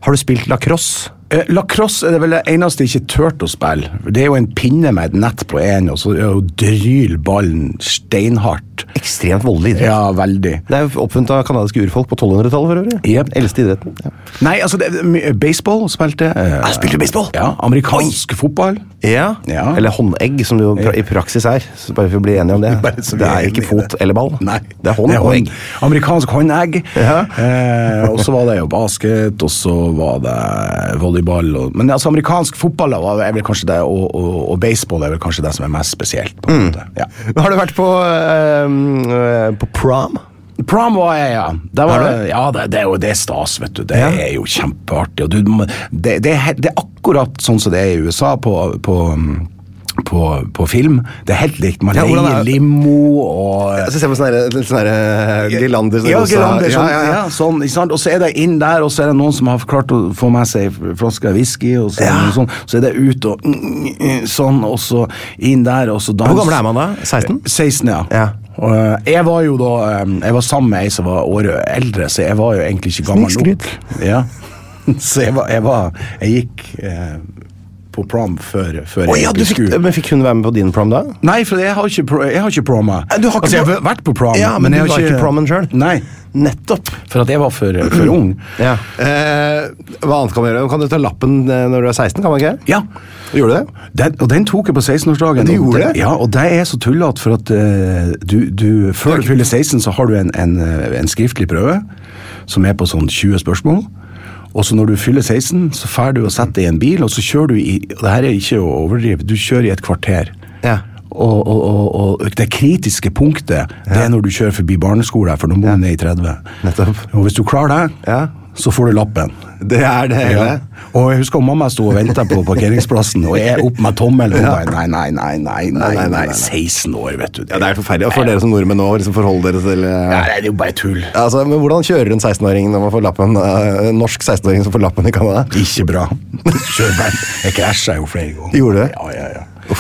[SPEAKER 1] Har du spilt lacrosse?
[SPEAKER 2] Eh, Lacrosse er det vel det eneste jeg ikke turte å spille. Det er jo en pinne med et nett på én, og så er det jo dryl ballen steinhardt.
[SPEAKER 1] Ekstremt voldelig idrett.
[SPEAKER 2] Ja, veldig.
[SPEAKER 1] Det er jo oppfunnet av canadiske urfolk på 1200-tallet. for øvrig.
[SPEAKER 2] Jep.
[SPEAKER 1] Eldste idretten. Ja.
[SPEAKER 2] Nei, altså, det, my- baseball spilte eh,
[SPEAKER 1] Ah, spilte du baseball?
[SPEAKER 2] Ja, Amerikansk fotball.
[SPEAKER 1] Ja.
[SPEAKER 2] Ja.
[SPEAKER 1] Eller håndegg, som det jo pra i praksis er. Så bare for å bli enige om det.
[SPEAKER 2] Bare så vi
[SPEAKER 1] Det
[SPEAKER 2] er
[SPEAKER 1] er ikke
[SPEAKER 2] enige i
[SPEAKER 1] fot
[SPEAKER 2] det.
[SPEAKER 1] eller ball.
[SPEAKER 2] Nei,
[SPEAKER 1] Det er hånd og egg.
[SPEAKER 2] Amerikansk håndegg.
[SPEAKER 1] Ja.
[SPEAKER 2] Eh, og så var det jo basket, og så var det volleyball. Og, men altså, amerikansk fotball da, var- er vel kanskje det, og, og, og baseball er vel kanskje Mm. det som er mest spesielt. på en måte. Ja.
[SPEAKER 1] Har du vært ehm, på, eh, eh, på prom?
[SPEAKER 2] Prom var jeg, ja. Der var
[SPEAKER 1] Er
[SPEAKER 2] det?
[SPEAKER 1] det?
[SPEAKER 2] Ja, det, det er jo det er stas, vet du. Det
[SPEAKER 1] Ja.
[SPEAKER 2] er jo kjempeartig. Og du, må- det, det, er, he- det er akkurat sånn som det er i USA på, på på, på film. Det er helt likt. Man
[SPEAKER 1] Ja, hvordan
[SPEAKER 2] leier
[SPEAKER 1] er det?
[SPEAKER 2] limo og
[SPEAKER 1] Jeg ser på sånne, her- sånne her, eh, girlander. sånne
[SPEAKER 2] ja,
[SPEAKER 1] rosa-
[SPEAKER 2] girlander,
[SPEAKER 1] Ja,
[SPEAKER 2] sånn,
[SPEAKER 1] ja, ja.
[SPEAKER 2] sånn, ikke sant? Og så er det inn der, og så er det noen som har klart å få med seg en flaske whisky, og så, er det noe sånn, så er det ut og sånn, og så inn der, og så dans.
[SPEAKER 1] Hvor gammel er man da? 16?
[SPEAKER 2] 16, ja.
[SPEAKER 1] Ja.
[SPEAKER 2] Og, eh, jeg var jo da eh, Jeg var sammen med ei som var året eldre, så jeg var jo egentlig ikke gammel nok. Ja. Så jeg var Jeg, var, jeg gikk eh, på prom før, før
[SPEAKER 1] Å ja, du
[SPEAKER 2] egentlig
[SPEAKER 1] fikk, men fikk hun være med på din prom da?
[SPEAKER 2] Nei, for jeg har ikke, pro- jeg har ikke proma.
[SPEAKER 1] Eh, du har ikke
[SPEAKER 2] altså, jeg
[SPEAKER 1] pro-
[SPEAKER 2] har vært på prom,
[SPEAKER 1] Ja, men
[SPEAKER 2] jeg
[SPEAKER 1] du var ikke promen selv?
[SPEAKER 2] Nei.
[SPEAKER 1] Nettopp.
[SPEAKER 2] For at jeg var for, for ung.
[SPEAKER 1] Ja. Eh, hva annet kan man gjøre? Kan du ta lappen eh, når du er 16? kan man ikke?
[SPEAKER 2] Ja.
[SPEAKER 1] Gjorde du det?
[SPEAKER 2] Den, og den tok jeg på 16-årsdagen.
[SPEAKER 1] Du
[SPEAKER 2] og
[SPEAKER 1] gjorde det?
[SPEAKER 2] Ja, og det er så tullete, for at eh, du, du Før du fyller 16, så har du en, en, eh, en skriftlig prøve som er på sånn 20 spørsmål. Og så når du fyller 16, så drar du og setter deg i en bil, og så kjører du i og det her er ikke å overdrive, du kjører i et kvarter.
[SPEAKER 1] Ja.
[SPEAKER 2] Og, og, og, og det kritiske punktet Det er når du kjører forbi barneskolen, for nå må du ned i 30.
[SPEAKER 1] Nettopp.
[SPEAKER 2] Og hvis du klarer det,
[SPEAKER 1] Ja.
[SPEAKER 2] så får du lappen.
[SPEAKER 1] Det er det hele.
[SPEAKER 2] Ja. Og jeg husker mamma sto og venta på parkeringsplassen, og jeg opp med tommelen. og Hun bare nei, nei, nei, nei, nei,
[SPEAKER 1] Nei, nei,
[SPEAKER 2] nei,
[SPEAKER 1] nei, nei.
[SPEAKER 2] 16 år, vet du.
[SPEAKER 1] Ja, Det er helt forferdelig. Og for dere som nordmenn nå, liksom forholde dere til eh,
[SPEAKER 2] Nei, det er jo bare tull.
[SPEAKER 1] Altså, men Hvordan kjører en 16-åring når man får lappen? eh, en norsk 16-åring som får lappen i Canada?
[SPEAKER 2] Ikke bra. Kjør bare. Jeg krasja jo flere ganger.
[SPEAKER 1] Gjorde du det?
[SPEAKER 2] Ja, ja, ja.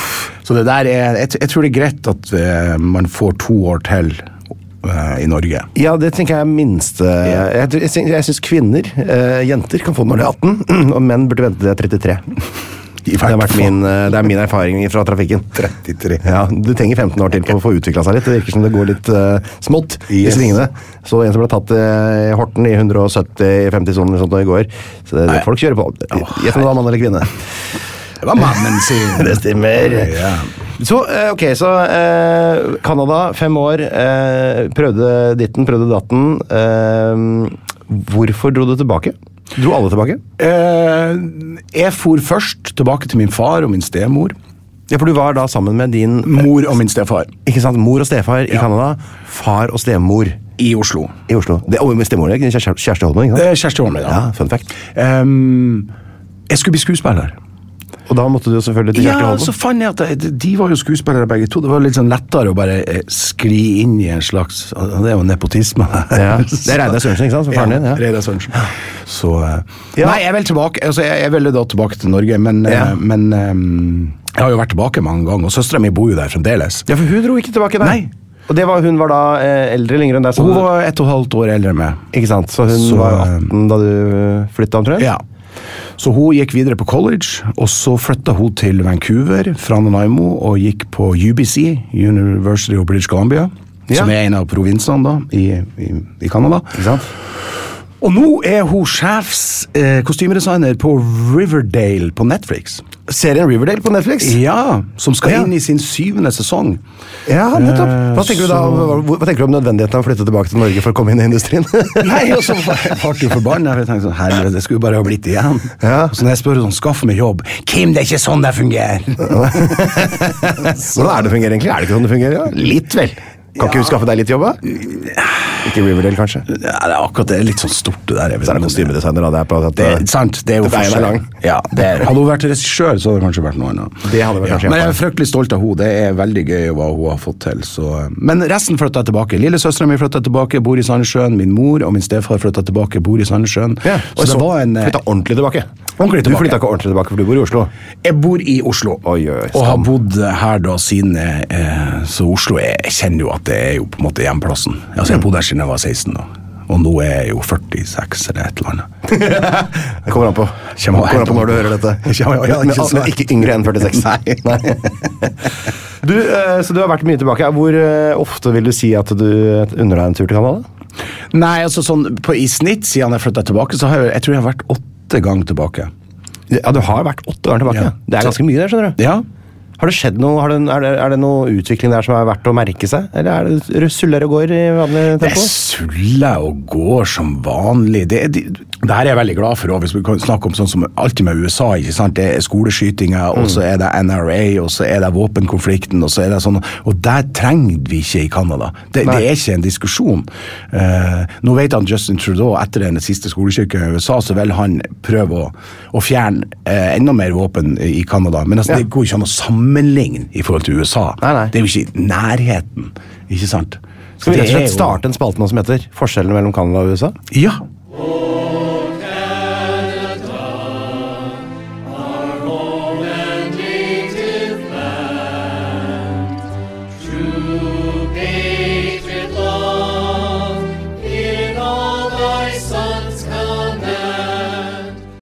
[SPEAKER 2] Så det der er jeg, t- jeg tror det er greit at eh, man får to år til eh, i Norge.
[SPEAKER 1] Ja, det tenker jeg er minste Jeg, tror- jeg, syns- jeg syns kvinner, eh, jenter, kan få den når de er 18, og menn burde vente til de er 33.
[SPEAKER 2] I
[SPEAKER 1] Det, har vært min, eh, det er min erfaring fra trafikken.
[SPEAKER 2] 33.
[SPEAKER 1] Ja, Du trenger 15 år til på å få utvikla seg litt. Det virker som det går litt eh, smått i
[SPEAKER 2] Yes.
[SPEAKER 1] svingene. Så en som ble tatt eh, i Horten i 170 i 50-sonen eller sånt nå i går Så det,
[SPEAKER 2] Nei.
[SPEAKER 1] folk kjører på.
[SPEAKER 2] Å,
[SPEAKER 1] Gjett om det var mann eller kvinne.
[SPEAKER 2] Det var mannen sin.
[SPEAKER 1] Det stemmer.
[SPEAKER 2] Ja.
[SPEAKER 1] Så eh, ok, så eh, Canada, fem år. Eh, prøvde ditten, prøvde datten. Eh, hvorfor dro du tilbake? Dro alle tilbake?
[SPEAKER 2] Eh, jeg for først tilbake til min far og min stemor.
[SPEAKER 1] Ja, for du var da sammen med din
[SPEAKER 2] Mor og min stefar.
[SPEAKER 1] ikke sant, mor og stefar i Canada. Far og stemor
[SPEAKER 2] I Oslo.
[SPEAKER 1] i Oslo. Det, og med stemor, det er Kjer- Kjersti Holmen, ikke sant?
[SPEAKER 2] Det er Kjersti Holmen,
[SPEAKER 1] Ja, fun fact.
[SPEAKER 2] Ehm, jeg skulle bli skuespiller.
[SPEAKER 1] Og da måtte du jo selvfølgelig til Kjersti
[SPEAKER 2] Ja, så
[SPEAKER 1] Holmen.
[SPEAKER 2] fant jeg at de- De var jo skuespillere begge to. Det var litt sånn lettere å bare eh, skli inn i en slags altså, Det er jo nepotisme.
[SPEAKER 1] Ja, det er Reidar Sørensen, ikke sant, som faren din, ja.
[SPEAKER 2] Reidar Sørensen. Så eh,
[SPEAKER 1] Ja.
[SPEAKER 2] Nei, jeg vil tilbake. Altså, jeg, jeg ville da tilbake til Norge, men, eh,
[SPEAKER 1] Ja.
[SPEAKER 2] men eh, Jeg har jo vært tilbake mange ganger, og søstera mi bor jo der fremdeles.
[SPEAKER 1] Ja, for hun dro ikke tilbake, nei.
[SPEAKER 2] Nei.
[SPEAKER 1] Og det var, hun var da eh, eldre lenger enn deg? så
[SPEAKER 2] Hun
[SPEAKER 1] du-
[SPEAKER 2] var ett og et halvt år eldre enn meg.
[SPEAKER 1] Ikke sant? Så hun
[SPEAKER 2] Så,
[SPEAKER 1] var
[SPEAKER 2] eh,
[SPEAKER 1] 18 da du flytta, omtrent?
[SPEAKER 2] Ja. Så hun gikk videre på college, og så flytta hun til Vancouver fra Nanaimo og gikk på UBC, University of British Columbia,
[SPEAKER 1] Ja.
[SPEAKER 2] som er en av provinsene da, i, i, i Canada.
[SPEAKER 1] Ikke sant?
[SPEAKER 2] Og nå er hun sjefskostymedesigner eh, kostymedesigner på Riverdale på Netflix.
[SPEAKER 1] Serien Riverdale på Netflix?
[SPEAKER 2] Ja, Som skal
[SPEAKER 1] Ja.
[SPEAKER 2] inn i sin syvende sesong.
[SPEAKER 1] Ja, nettopp. Hva
[SPEAKER 2] Eh,
[SPEAKER 1] tenker, du da,
[SPEAKER 2] så-
[SPEAKER 1] hva, hva tenker du om nødvendigheten av å flytte tilbake til Norge for å komme inn i industrien?
[SPEAKER 2] Nei, og så ble jeg jo forbanna. for Jeg tenkte sånn, helvete, det skulle jo bare ha blitt igjen.
[SPEAKER 1] Ja.
[SPEAKER 2] Så når jeg spør sånn, skaff meg jobb Kim, det er ikke sånn det fungerer!
[SPEAKER 1] Hvordan er det fungerer egentlig? Er det ikke sånn det fungerer? Ja? Litt, vel. Kan ikke
[SPEAKER 2] Ja.
[SPEAKER 1] hun skaffe deg litt jobb, da? Ikke Riverdale, kanskje?
[SPEAKER 2] Ja, det er akkurat det er litt sånn stort, det der. jeg vet
[SPEAKER 1] Så er det
[SPEAKER 2] ikke, men-
[SPEAKER 1] kostymedesigner, da. Det, er på, at,
[SPEAKER 2] Det er sant. Det er jo
[SPEAKER 1] Det er jo
[SPEAKER 2] forskjell.
[SPEAKER 1] lang.
[SPEAKER 2] Ja, det er. Hadde hun vært regissør, så hadde det kanskje vært noe annet.
[SPEAKER 1] Det hadde vært kanskje
[SPEAKER 2] Men jeg
[SPEAKER 1] en
[SPEAKER 2] er fryktelig stolt av henne. Det er veldig gøy hva hun har fått til. Så. Men resten flytta tilbake. Lillesøstera mi flytta tilbake, bor i Sandnessjøen. Min mor og min stefar flytta tilbake, bor i Sandnessjøen.
[SPEAKER 1] ja.
[SPEAKER 2] Så det var en eh,
[SPEAKER 1] Flytta ordentlig tilbake.
[SPEAKER 2] Ordentlig tilbake.
[SPEAKER 1] Du flytta ikke ordentlig tilbake, for du bor i Oslo.
[SPEAKER 2] Jeg bor i Oslo,
[SPEAKER 1] Oi, oi, oi,
[SPEAKER 2] og har
[SPEAKER 1] skam.
[SPEAKER 2] bodd her da siden eh, eh, Så Oslo er, Jeg kjenner jo at det er jo på en måte hjemplassen. Altså, jeg bodde her siden jeg var 16, da. og nå er jeg jo 46 eller et eller annet.
[SPEAKER 1] Det kommer an på,
[SPEAKER 2] Kommer
[SPEAKER 1] kommer an på
[SPEAKER 2] an på.
[SPEAKER 1] når du hører dette.
[SPEAKER 2] Kommer- ja, ikke
[SPEAKER 1] men,
[SPEAKER 2] sant.
[SPEAKER 1] men ikke yngre enn 46.
[SPEAKER 2] Nei.
[SPEAKER 1] Du, eh, så du har vært mye tilbake. Hvor eh, ofte vil du si at du unner deg en tur til Canada?
[SPEAKER 2] Nei, altså sånn på, I snitt siden jeg flytta tilbake, så har jeg, jeg tror jeg har vært åtte ganger tilbake.
[SPEAKER 1] Ja, du har vært åtte år tilbake.
[SPEAKER 2] Ja.
[SPEAKER 1] Det er ganske mye der, skjønner du.
[SPEAKER 2] Ja,
[SPEAKER 1] Har det skjedd noe, har det, er, det, er det noe utvikling der som er verdt å merke seg? Eller er det suller og går i vanlig
[SPEAKER 2] Det
[SPEAKER 1] tempo?
[SPEAKER 2] suller og går som vanlig. Det, det, det her er jeg veldig glad for. også, Hvis vi kan snakke om sånn som alltid med USA. ikke sant? Det er skoleskytinger, og så er det NRA, og så er det våpenkonflikten. Og så er det sånn, og der trenger vi ikke i Canada. Det, det er ikke en diskusjon. Eh, nå vet han Justin Trudeau, etter den siste skoleskytinga i USA, så vil han prøve å, å fjerne eh, enda mer våpen i Canada. Men altså,
[SPEAKER 1] Ja.
[SPEAKER 2] det går ikke an å sammenligne i forhold til USA.
[SPEAKER 1] Nei, nei.
[SPEAKER 2] Det er jo ikke i nærheten, ikke sant?
[SPEAKER 1] Skal vi rett og
[SPEAKER 2] Det er
[SPEAKER 1] slett
[SPEAKER 2] jo-
[SPEAKER 1] starte en spalte nå som heter Forskjellene mellom Canada og USA?
[SPEAKER 2] ja.
[SPEAKER 3] Patriot love in all thy sons command.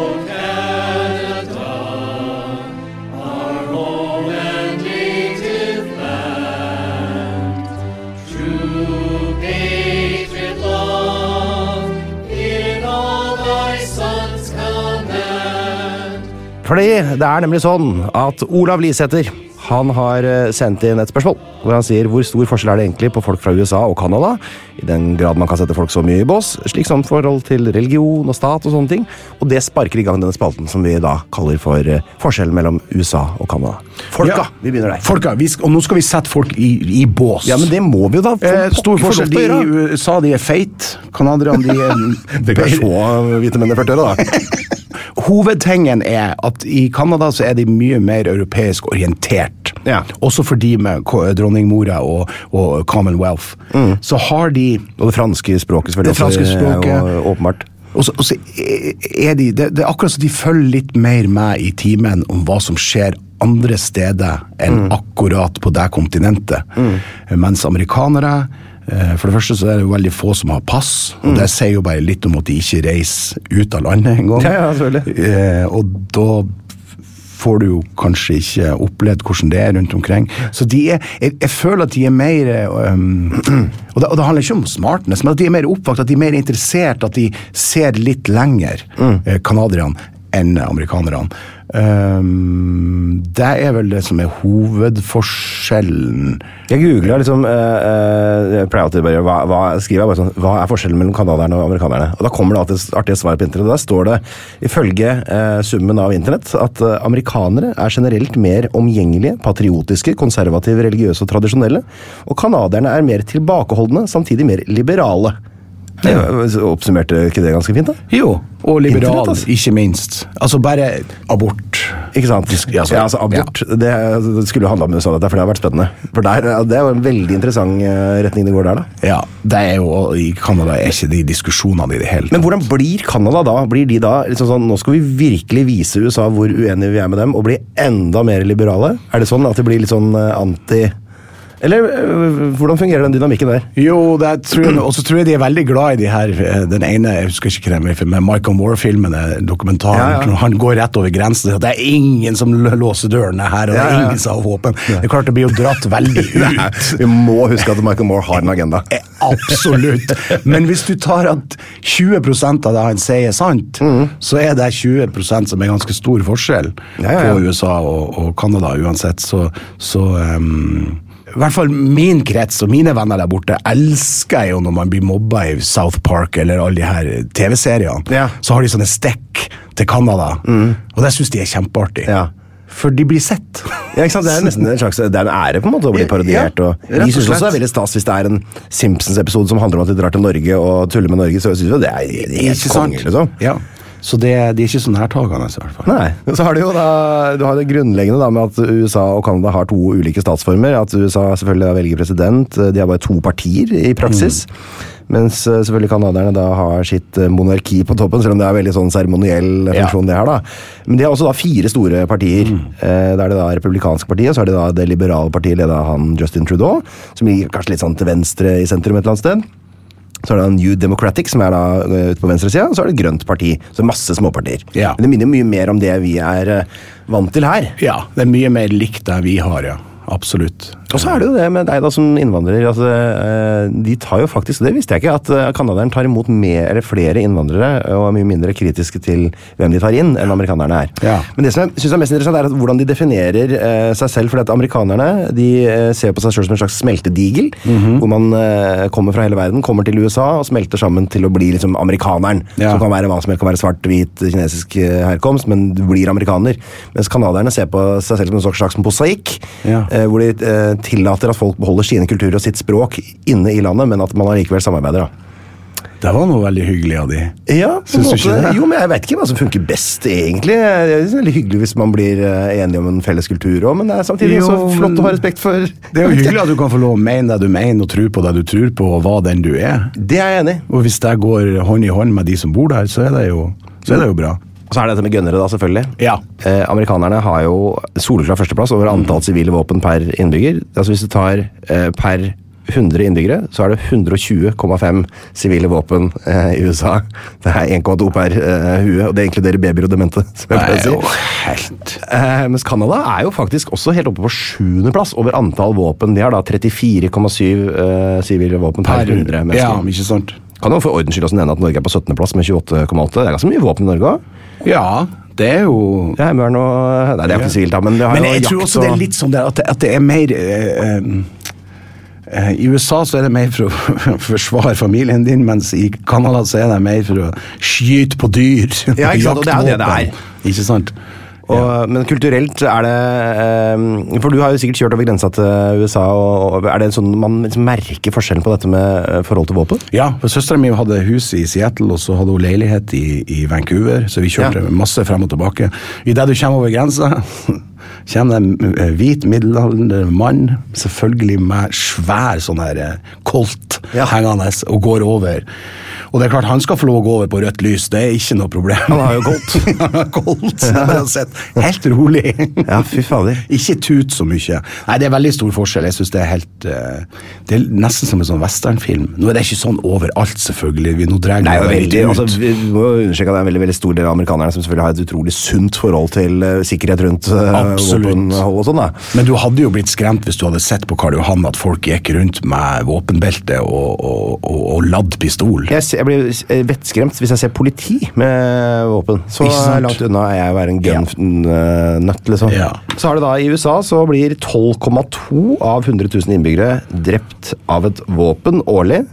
[SPEAKER 3] Patriot love in all thy sons command.
[SPEAKER 1] Fordi det er nemlig sånn at Olav Lisæter han har eh, sendt inn et spørsmål hvor han sier hvor stor forskjell er det egentlig på folk fra USA og Canada, i den grad man kan sette folk så mye i bås, slik som forhold til religion og stat og sånne ting. Og det sparker i gang denne spalten som vi da kaller for eh, forskjellen mellom USA og Canada. Folka!
[SPEAKER 2] Ja.
[SPEAKER 1] Vi begynner der.
[SPEAKER 2] Folka, vi sk og nå skal vi sette folk i, i bås.
[SPEAKER 1] Ja, men det må vi jo da.
[SPEAKER 2] eh,
[SPEAKER 1] folk
[SPEAKER 2] Stor
[SPEAKER 1] får lov
[SPEAKER 2] forskjell.
[SPEAKER 1] til å gjøre.
[SPEAKER 2] De i USA de er feite. Canadierne de er
[SPEAKER 1] Det kan jeg få vite med det første øret, da.
[SPEAKER 2] Hovedtingen er at i Canada så er de mye mer europeisk orientert.
[SPEAKER 1] Ja.
[SPEAKER 2] Også for de med ko- dronningmora og, og Commonwealth. Så har de
[SPEAKER 1] Og det franske språket selvfølgelig.
[SPEAKER 2] Det franske
[SPEAKER 1] også, eh,
[SPEAKER 2] språket.
[SPEAKER 1] og- Åpenbart.
[SPEAKER 2] Og så, og så er de, det, det er akkurat som de følger litt mer med i timen om hva som skjer andre steder enn
[SPEAKER 1] Mm.
[SPEAKER 2] akkurat på det kontinentet. Mens amerikanere eh, For det første så er det jo veldig få som har pass.
[SPEAKER 1] Mm.
[SPEAKER 2] og Det sier jo bare litt om at de ikke reiser ut av landet engang.
[SPEAKER 1] Ja, ja, selvfølgelig.
[SPEAKER 2] Eh, og da får du jo kanskje ikke opplevd hvordan det er rundt omkring. Så de er, jeg, jeg føler at de er mer eh, um, og, det, og det handler ikke om smartness, men at de er mer oppvakt, at de er mer interessert, at de ser litt lenger, eh, canadierne, enn amerikanerne. Um, det er vel det som er hovedforskjellen.
[SPEAKER 1] Jeg googla liksom eh, eh, Jeg pleier alltid bare hva, hva, skriver jeg bare sånn, hva er forskjellen mellom canadierne og amerikanerne? Og Da kommer det alltid artige svar på internett. og Der står det ifølge eh, summen av internett at eh, amerikanere er generelt mer omgjengelige, patriotiske, konservative, religiøse og tradisjonelle. Og canadierne er mer tilbakeholdne, samtidig mer liberale. Det oppsummerte ikke det ganske fint, da?
[SPEAKER 2] Jo, og
[SPEAKER 1] Internett,
[SPEAKER 2] liberal,
[SPEAKER 1] altså.
[SPEAKER 2] ikke minst. Altså bare abort.
[SPEAKER 1] Ikke sant? Ja, altså,
[SPEAKER 2] altså-
[SPEAKER 1] abort Det, det skulle jo handla om USA, dette, for det har vært spennende. For der, Det er jo en veldig interessant eh, retning det går der, da.
[SPEAKER 2] Ja, det er jo, og I Canada er ikke de diskusjonene i det hele tatt.
[SPEAKER 1] Men hvordan blir Canada da? Blir de da liksom sånn, Nå skal vi virkelig vise USA hvor uenige vi er med dem, og bli enda mer liberale? Er det sånn at det blir litt sånn eh, anti Eller øh, hvordan fungerer den dynamikken der?
[SPEAKER 2] Jo, det tror jeg, og så tror jeg de er veldig glad i de her eh, Den ene, jeg husker ikke hvem, men Michael Moore-filmene, dokumentaren.
[SPEAKER 1] Ja, ja.
[SPEAKER 2] når Han går rett over grensen. Det er ingen som l- låser dørene her, og det
[SPEAKER 1] Ja, ja,
[SPEAKER 2] er
[SPEAKER 1] ja.
[SPEAKER 2] ingen som har våpen. Det er klart det blir jo dratt veldig ut.
[SPEAKER 1] Vi må huske at Michael Moore har en agenda.
[SPEAKER 2] Absolutt. Men hvis du tar at 20 av det han sier, er sant,
[SPEAKER 1] Mm.
[SPEAKER 2] så er det 20 som er ganske stor forskjell
[SPEAKER 1] Ja, ja, ja.
[SPEAKER 2] på USA og, og Canada uansett. Så, så ehm, i hvert fall min krets og mine venner der borte elsker jo når man blir mobba i South Park eller alle de her TV-seriene.
[SPEAKER 1] Ja. Mm.
[SPEAKER 2] Så har de sånne stikk til Canada, og det syns de er kjempeartig.
[SPEAKER 1] Ja.
[SPEAKER 2] For de blir sett.
[SPEAKER 1] Ja, ikke sant? Det er nesten en slags, det er en ære på en måte å bli
[SPEAKER 2] Ja,
[SPEAKER 1] parodiert.
[SPEAKER 2] ja,
[SPEAKER 1] Og
[SPEAKER 2] rett og
[SPEAKER 1] vi synes også det
[SPEAKER 2] slett.
[SPEAKER 1] er veldig stas hvis det er en Simpsons-episode som handler om at de drar til Norge og tuller med Norge. Så synes vi det er helt
[SPEAKER 2] Ikke sant?
[SPEAKER 1] konge, liksom.
[SPEAKER 2] Ja. Så det, de er ikke så nærtagende, i hvert fall.
[SPEAKER 1] Nei. Men Så har du jo da du har det grunnleggende da med at USA og Canada har to ulike statsformer. At USA selvfølgelig da velger president. De har bare to partier i praksis. Mens eh, selvfølgelig canadierne da har sitt eh, monarki på toppen, selv om det er veldig sånn seremoniell eh,
[SPEAKER 2] Ja.
[SPEAKER 1] funksjon. det her da. Men de har også da fire store partier. Eh, Da er det da republikanske partiet, så er det da det liberale partiet ledet av han Justin Trudeau, som ligger kanskje litt sånn til venstre i sentrum et eller annet sted. Så er det New Democratic, som er da eh, ute på venstresida. Og så er det et Grønt parti. Så masse småpartier.
[SPEAKER 2] Ja.
[SPEAKER 1] Men det minner mye mer om det vi er eh, vant til her.
[SPEAKER 2] Ja, det er mye mer likt det vi har, ja. Absolutt.
[SPEAKER 1] Og så er det jo det med deg da som innvandrer. Altså, eh, de tar jo faktisk, Det visste jeg ikke, at eh, canadieren tar imot mer, eller flere innvandrere og er mye mindre kritiske til hvem de tar inn, enn amerikanerne er.
[SPEAKER 2] Ja.
[SPEAKER 1] Men det som jeg synes er mest interessant, er at hvordan de definerer eh, seg selv. For at amerikanerne de eh, ser på seg selv som en slags smeltedigel,
[SPEAKER 2] Mhm.
[SPEAKER 1] hvor man eh, kommer fra hele verden, kommer til USA og smelter sammen til å bli liksom amerikaneren.
[SPEAKER 2] Ja.
[SPEAKER 1] Som kan være hva som helst, kan være svart, hvit, kinesisk eh, herkomst, men du blir amerikaner. Mens canadierne ser på seg selv som en slags- slags mosaikk.
[SPEAKER 2] Ja.
[SPEAKER 1] Eh, hvor de eh, tillater at folk beholder sine kulturer og sitt språk inne i landet, men at man allikevel samarbeider. da.
[SPEAKER 2] Det var noe veldig hyggelig av de.
[SPEAKER 1] Ja, på en
[SPEAKER 2] Syns du
[SPEAKER 1] måte.
[SPEAKER 2] ikke det?
[SPEAKER 1] Jo, men Jeg veit ikke hva som funker best, egentlig. Det er veldig hyggelig hvis man blir eh, enige om en felles kultur òg, men det er samtidig
[SPEAKER 2] Jo,
[SPEAKER 1] så flott
[SPEAKER 2] men-
[SPEAKER 1] å ha respekt for
[SPEAKER 2] Det er jo hyggelig at du kan få lov å mene det du mener, og tro på det du tror på, og hva den du er.
[SPEAKER 1] Det er jeg enig i.
[SPEAKER 2] Og hvis det går hånd i hånd med de som bor der, så er det jo, så er det jo bra.
[SPEAKER 1] Og så er det dette med gønnere, da, selvfølgelig.
[SPEAKER 2] Ja.
[SPEAKER 1] Eh, amerikanerne har jo soleklar førsteplass over antall sivile våpen per innbygger. Altså Hvis du tar eh, per 100 innbyggere, så er det 120,5 sivile våpen eh, i USA. Det er 1,2 per eh, hue, og det inkluderer babyer og demente. som jeg
[SPEAKER 2] Det
[SPEAKER 1] pleier
[SPEAKER 2] er
[SPEAKER 1] å
[SPEAKER 2] jo
[SPEAKER 1] si.
[SPEAKER 2] helt
[SPEAKER 1] Eh, mens Canada er jo faktisk også helt oppe på sjuendeplass over antall våpen. De har da 34,7 eh, sivile våpen per 100 mennesker.
[SPEAKER 2] Ja, men ikke sant?
[SPEAKER 1] Kan jo for ordens skyld også nevne at Norge er på 17.-plass med 28,8. Det er ganske mye våpen i Norge òg.
[SPEAKER 2] Ja, det er jo
[SPEAKER 1] Ja, Mørn og Nei, det er jo ikke sivilt, da, men det har
[SPEAKER 2] Men
[SPEAKER 1] jo
[SPEAKER 2] jeg tror
[SPEAKER 1] jakt
[SPEAKER 2] også det
[SPEAKER 1] og-
[SPEAKER 2] er litt sånn der at det, at det er mer eh, eh, eh, I USA så er det mer for å forsvare familien din, mens i Canada så er det mer for å skyte på dyr.
[SPEAKER 1] Ja, ikke sant, og det er jo det det
[SPEAKER 2] Jaktvåpen. Ikke sant?
[SPEAKER 1] og, Men kulturelt så er det eh, For du har jo sikkert kjørt over grensa til USA, og, og er det en sånn man liksom merker forskjellen på dette med eh, forhold til våpen?
[SPEAKER 2] Ja, for Søstera mi hadde hus i Seattle, og så hadde hun leilighet i, i Vancouver. Så vi kjørte
[SPEAKER 1] Ja.
[SPEAKER 2] masse frem og tilbake. Idet du kommer over grensa, kommer det en eh, hvit middelaldrende mann, selvfølgelig med svær sånn her eh, kolt
[SPEAKER 1] Ja.
[SPEAKER 2] hengende, og går over. Og det er klart, han skal få lov å gå over på rødt lys, det er ikke noe problem.
[SPEAKER 1] Han har jo kolt.
[SPEAKER 2] han har kolt, så det har sett helt rolig.
[SPEAKER 1] Ja, fy fader.
[SPEAKER 2] Ikke tut så mye. Nei, Det er veldig stor forskjell. Jeg synes Det er helt eh, Det er nesten som en sånn westernfilm. Nå er det ikke sånn overalt, selvfølgelig. Vi, nå drar
[SPEAKER 1] Det er jo
[SPEAKER 2] det
[SPEAKER 1] veldig,
[SPEAKER 2] litt ut.
[SPEAKER 1] altså, vi må jo understreke at det er en veldig, veldig stor del av amerikanerne som selvfølgelig har et utrolig sunt forhold til eh, sikkerhet rundt eh,
[SPEAKER 2] Absolutt.
[SPEAKER 1] våpenhold og sånn. da.
[SPEAKER 2] Men du hadde jo blitt skremt hvis du hadde sett på Karl Johan at folk gikk rundt med våpenbelte og, og, og, og ladd pistol.
[SPEAKER 1] Jeg, ser- jeg blir eh, vettskremt hvis jeg ser politi med våpen. Så
[SPEAKER 2] Ikke sant?
[SPEAKER 1] langt unna er jeg å være en
[SPEAKER 2] Ja.
[SPEAKER 1] gun-nøtt, liksom.
[SPEAKER 2] Ja.
[SPEAKER 1] Så har du da i USA så blir 12,2 av 100 000 innbyggere drept av et våpen årlig.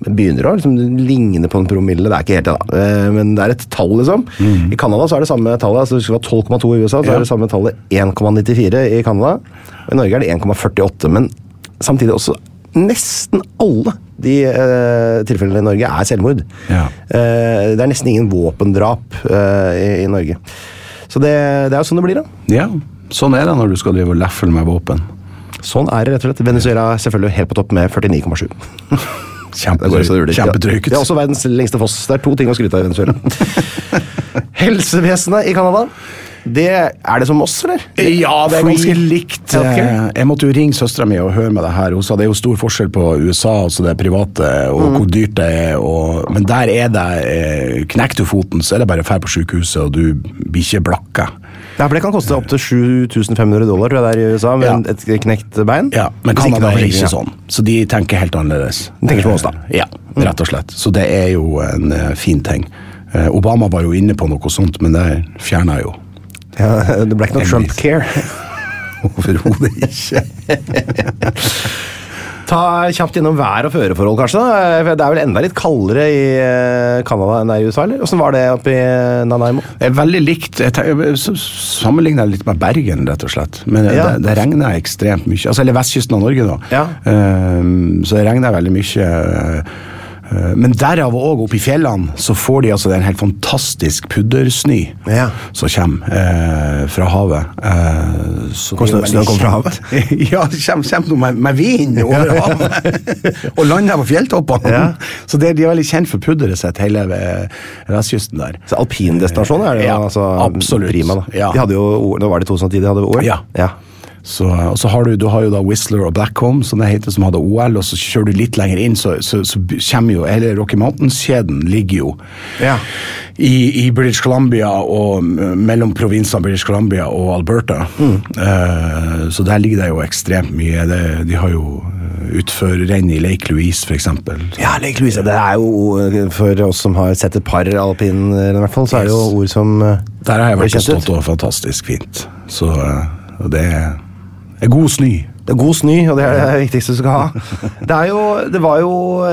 [SPEAKER 1] Det begynner å liksom ligne på en promille, det er ikke helt det, da. Eh, men det er et tall, liksom. I Canada så er det samme tallet. altså Det skal være 12,2 i USA, så
[SPEAKER 2] Mm. Ja.
[SPEAKER 1] er det samme tallet 1,94 i Canada. Og I Norge er det 1,48, men samtidig også nesten alle de eh, tilfellene i Norge er selvmord.
[SPEAKER 2] Ja.
[SPEAKER 1] Eh, det er nesten ingen våpendrap eh, i, i Norge. Så det, det er jo sånn det blir, da.
[SPEAKER 2] Ja, sånn er det når du skal drive og lefle med våpen.
[SPEAKER 1] Sånn er det rett og slett. Venezuela er selvfølgelig helt på topp med 49,7. Det går jo så det
[SPEAKER 2] Kjempetrygt.
[SPEAKER 1] uler.
[SPEAKER 2] Kjempetrygt.
[SPEAKER 1] Det er også verdens lengste foss. Det er to ting å skryte av i Venezuela. Helsevesenet i Canada. Det, er det som oss, eller?
[SPEAKER 2] Ja, det er
[SPEAKER 1] Free
[SPEAKER 2] ganske likt.
[SPEAKER 1] healthcare?
[SPEAKER 2] Eh, Jeg måtte jo ringe søstera mi og høre med det her. Hun sa det er jo stor forskjell på USA altså det private og
[SPEAKER 1] Mm.
[SPEAKER 2] hvor dyrt det er. Og, men der er det eh, Knekker du foten, så er det bare å dra på sykehuset, og du blir ikke blakka.
[SPEAKER 1] Ja, for Det kan koste opptil 7500 dollar tror jeg det er i USA, med en- et knekt bein.
[SPEAKER 2] Ja, men
[SPEAKER 1] Hvis ikke det
[SPEAKER 2] Canada er
[SPEAKER 1] forsikring,
[SPEAKER 2] ikke
[SPEAKER 1] ja.
[SPEAKER 2] sånn, så de tenker helt annerledes.
[SPEAKER 1] De tenker som oss, da. Mm.
[SPEAKER 2] Ja, rett og slett. Så det er jo en eh, fin ting. Eh, Obama var jo inne på noe sånt, men det fjerna jo.
[SPEAKER 1] Ja, det ble ikke noe Trump-care.
[SPEAKER 2] Overhodet ikke.
[SPEAKER 1] Ta kjapt innom vær- og føreforhold, kanskje. da. For Det er vel enda litt kaldere i eh, Canada enn det er i USA, eller? Åssen var det oppe i Nanaimo?
[SPEAKER 2] Det er veldig likt. Jeg tenker- jeg s- Sammenligner det litt med Bergen, rett og slett. Men eh,
[SPEAKER 1] Ja.
[SPEAKER 2] det, det regner ekstremt mye. Altså, eller vestkysten av Norge, da. Ehm, så det regner veldig mye. eh, eh, Men derav òg, oppe i fjellene, så får de altså en helt fantastisk puddersnø som kommer eh, fra havet. Eh, så det er jo
[SPEAKER 1] Hvordan snø
[SPEAKER 2] veldig
[SPEAKER 1] kommer fra
[SPEAKER 2] kjent. ja, det kommer, kommer noe med, med vind over havet! og lander på fjelltoppene!
[SPEAKER 1] Ja.
[SPEAKER 2] Så det, de er veldig kjent for pudderet sitt, hele eh, vestkysten der.
[SPEAKER 1] Så Alpindestinasjon er det jo
[SPEAKER 2] Ja,
[SPEAKER 1] altså,
[SPEAKER 2] absolutt.
[SPEAKER 1] prima. da.
[SPEAKER 2] Ja.
[SPEAKER 1] De hadde jo ord- Nå var det 2010 de hadde OL?
[SPEAKER 2] Ja. Så, og så har du, du har jo da Whistler og Blackcomb, som det heter, som hadde OL, og så kjører du litt lenger inn, så, så, så kommer jo hele Rocky Mountains-kjeden ligger jo i, i British Columbia og m- mellom provinsene British Columbia og Alberta. Eh, så der ligger det jo ekstremt mye. Det, de har jo eh, utførrenn i Lake Louise, for eksempel.
[SPEAKER 1] Ja, Lake Louise, det er jo For oss som har sett et par alpinrenn, i hvert fall, så er det jo ord som eh,
[SPEAKER 2] Der har jeg vært
[SPEAKER 1] høres
[SPEAKER 2] og
[SPEAKER 1] kjent ut.
[SPEAKER 2] stått og fantastisk fint. Så eh, og det er er god snø.
[SPEAKER 1] Det er god snø, og det er det viktigste du skal ha. Det er jo, det var jo,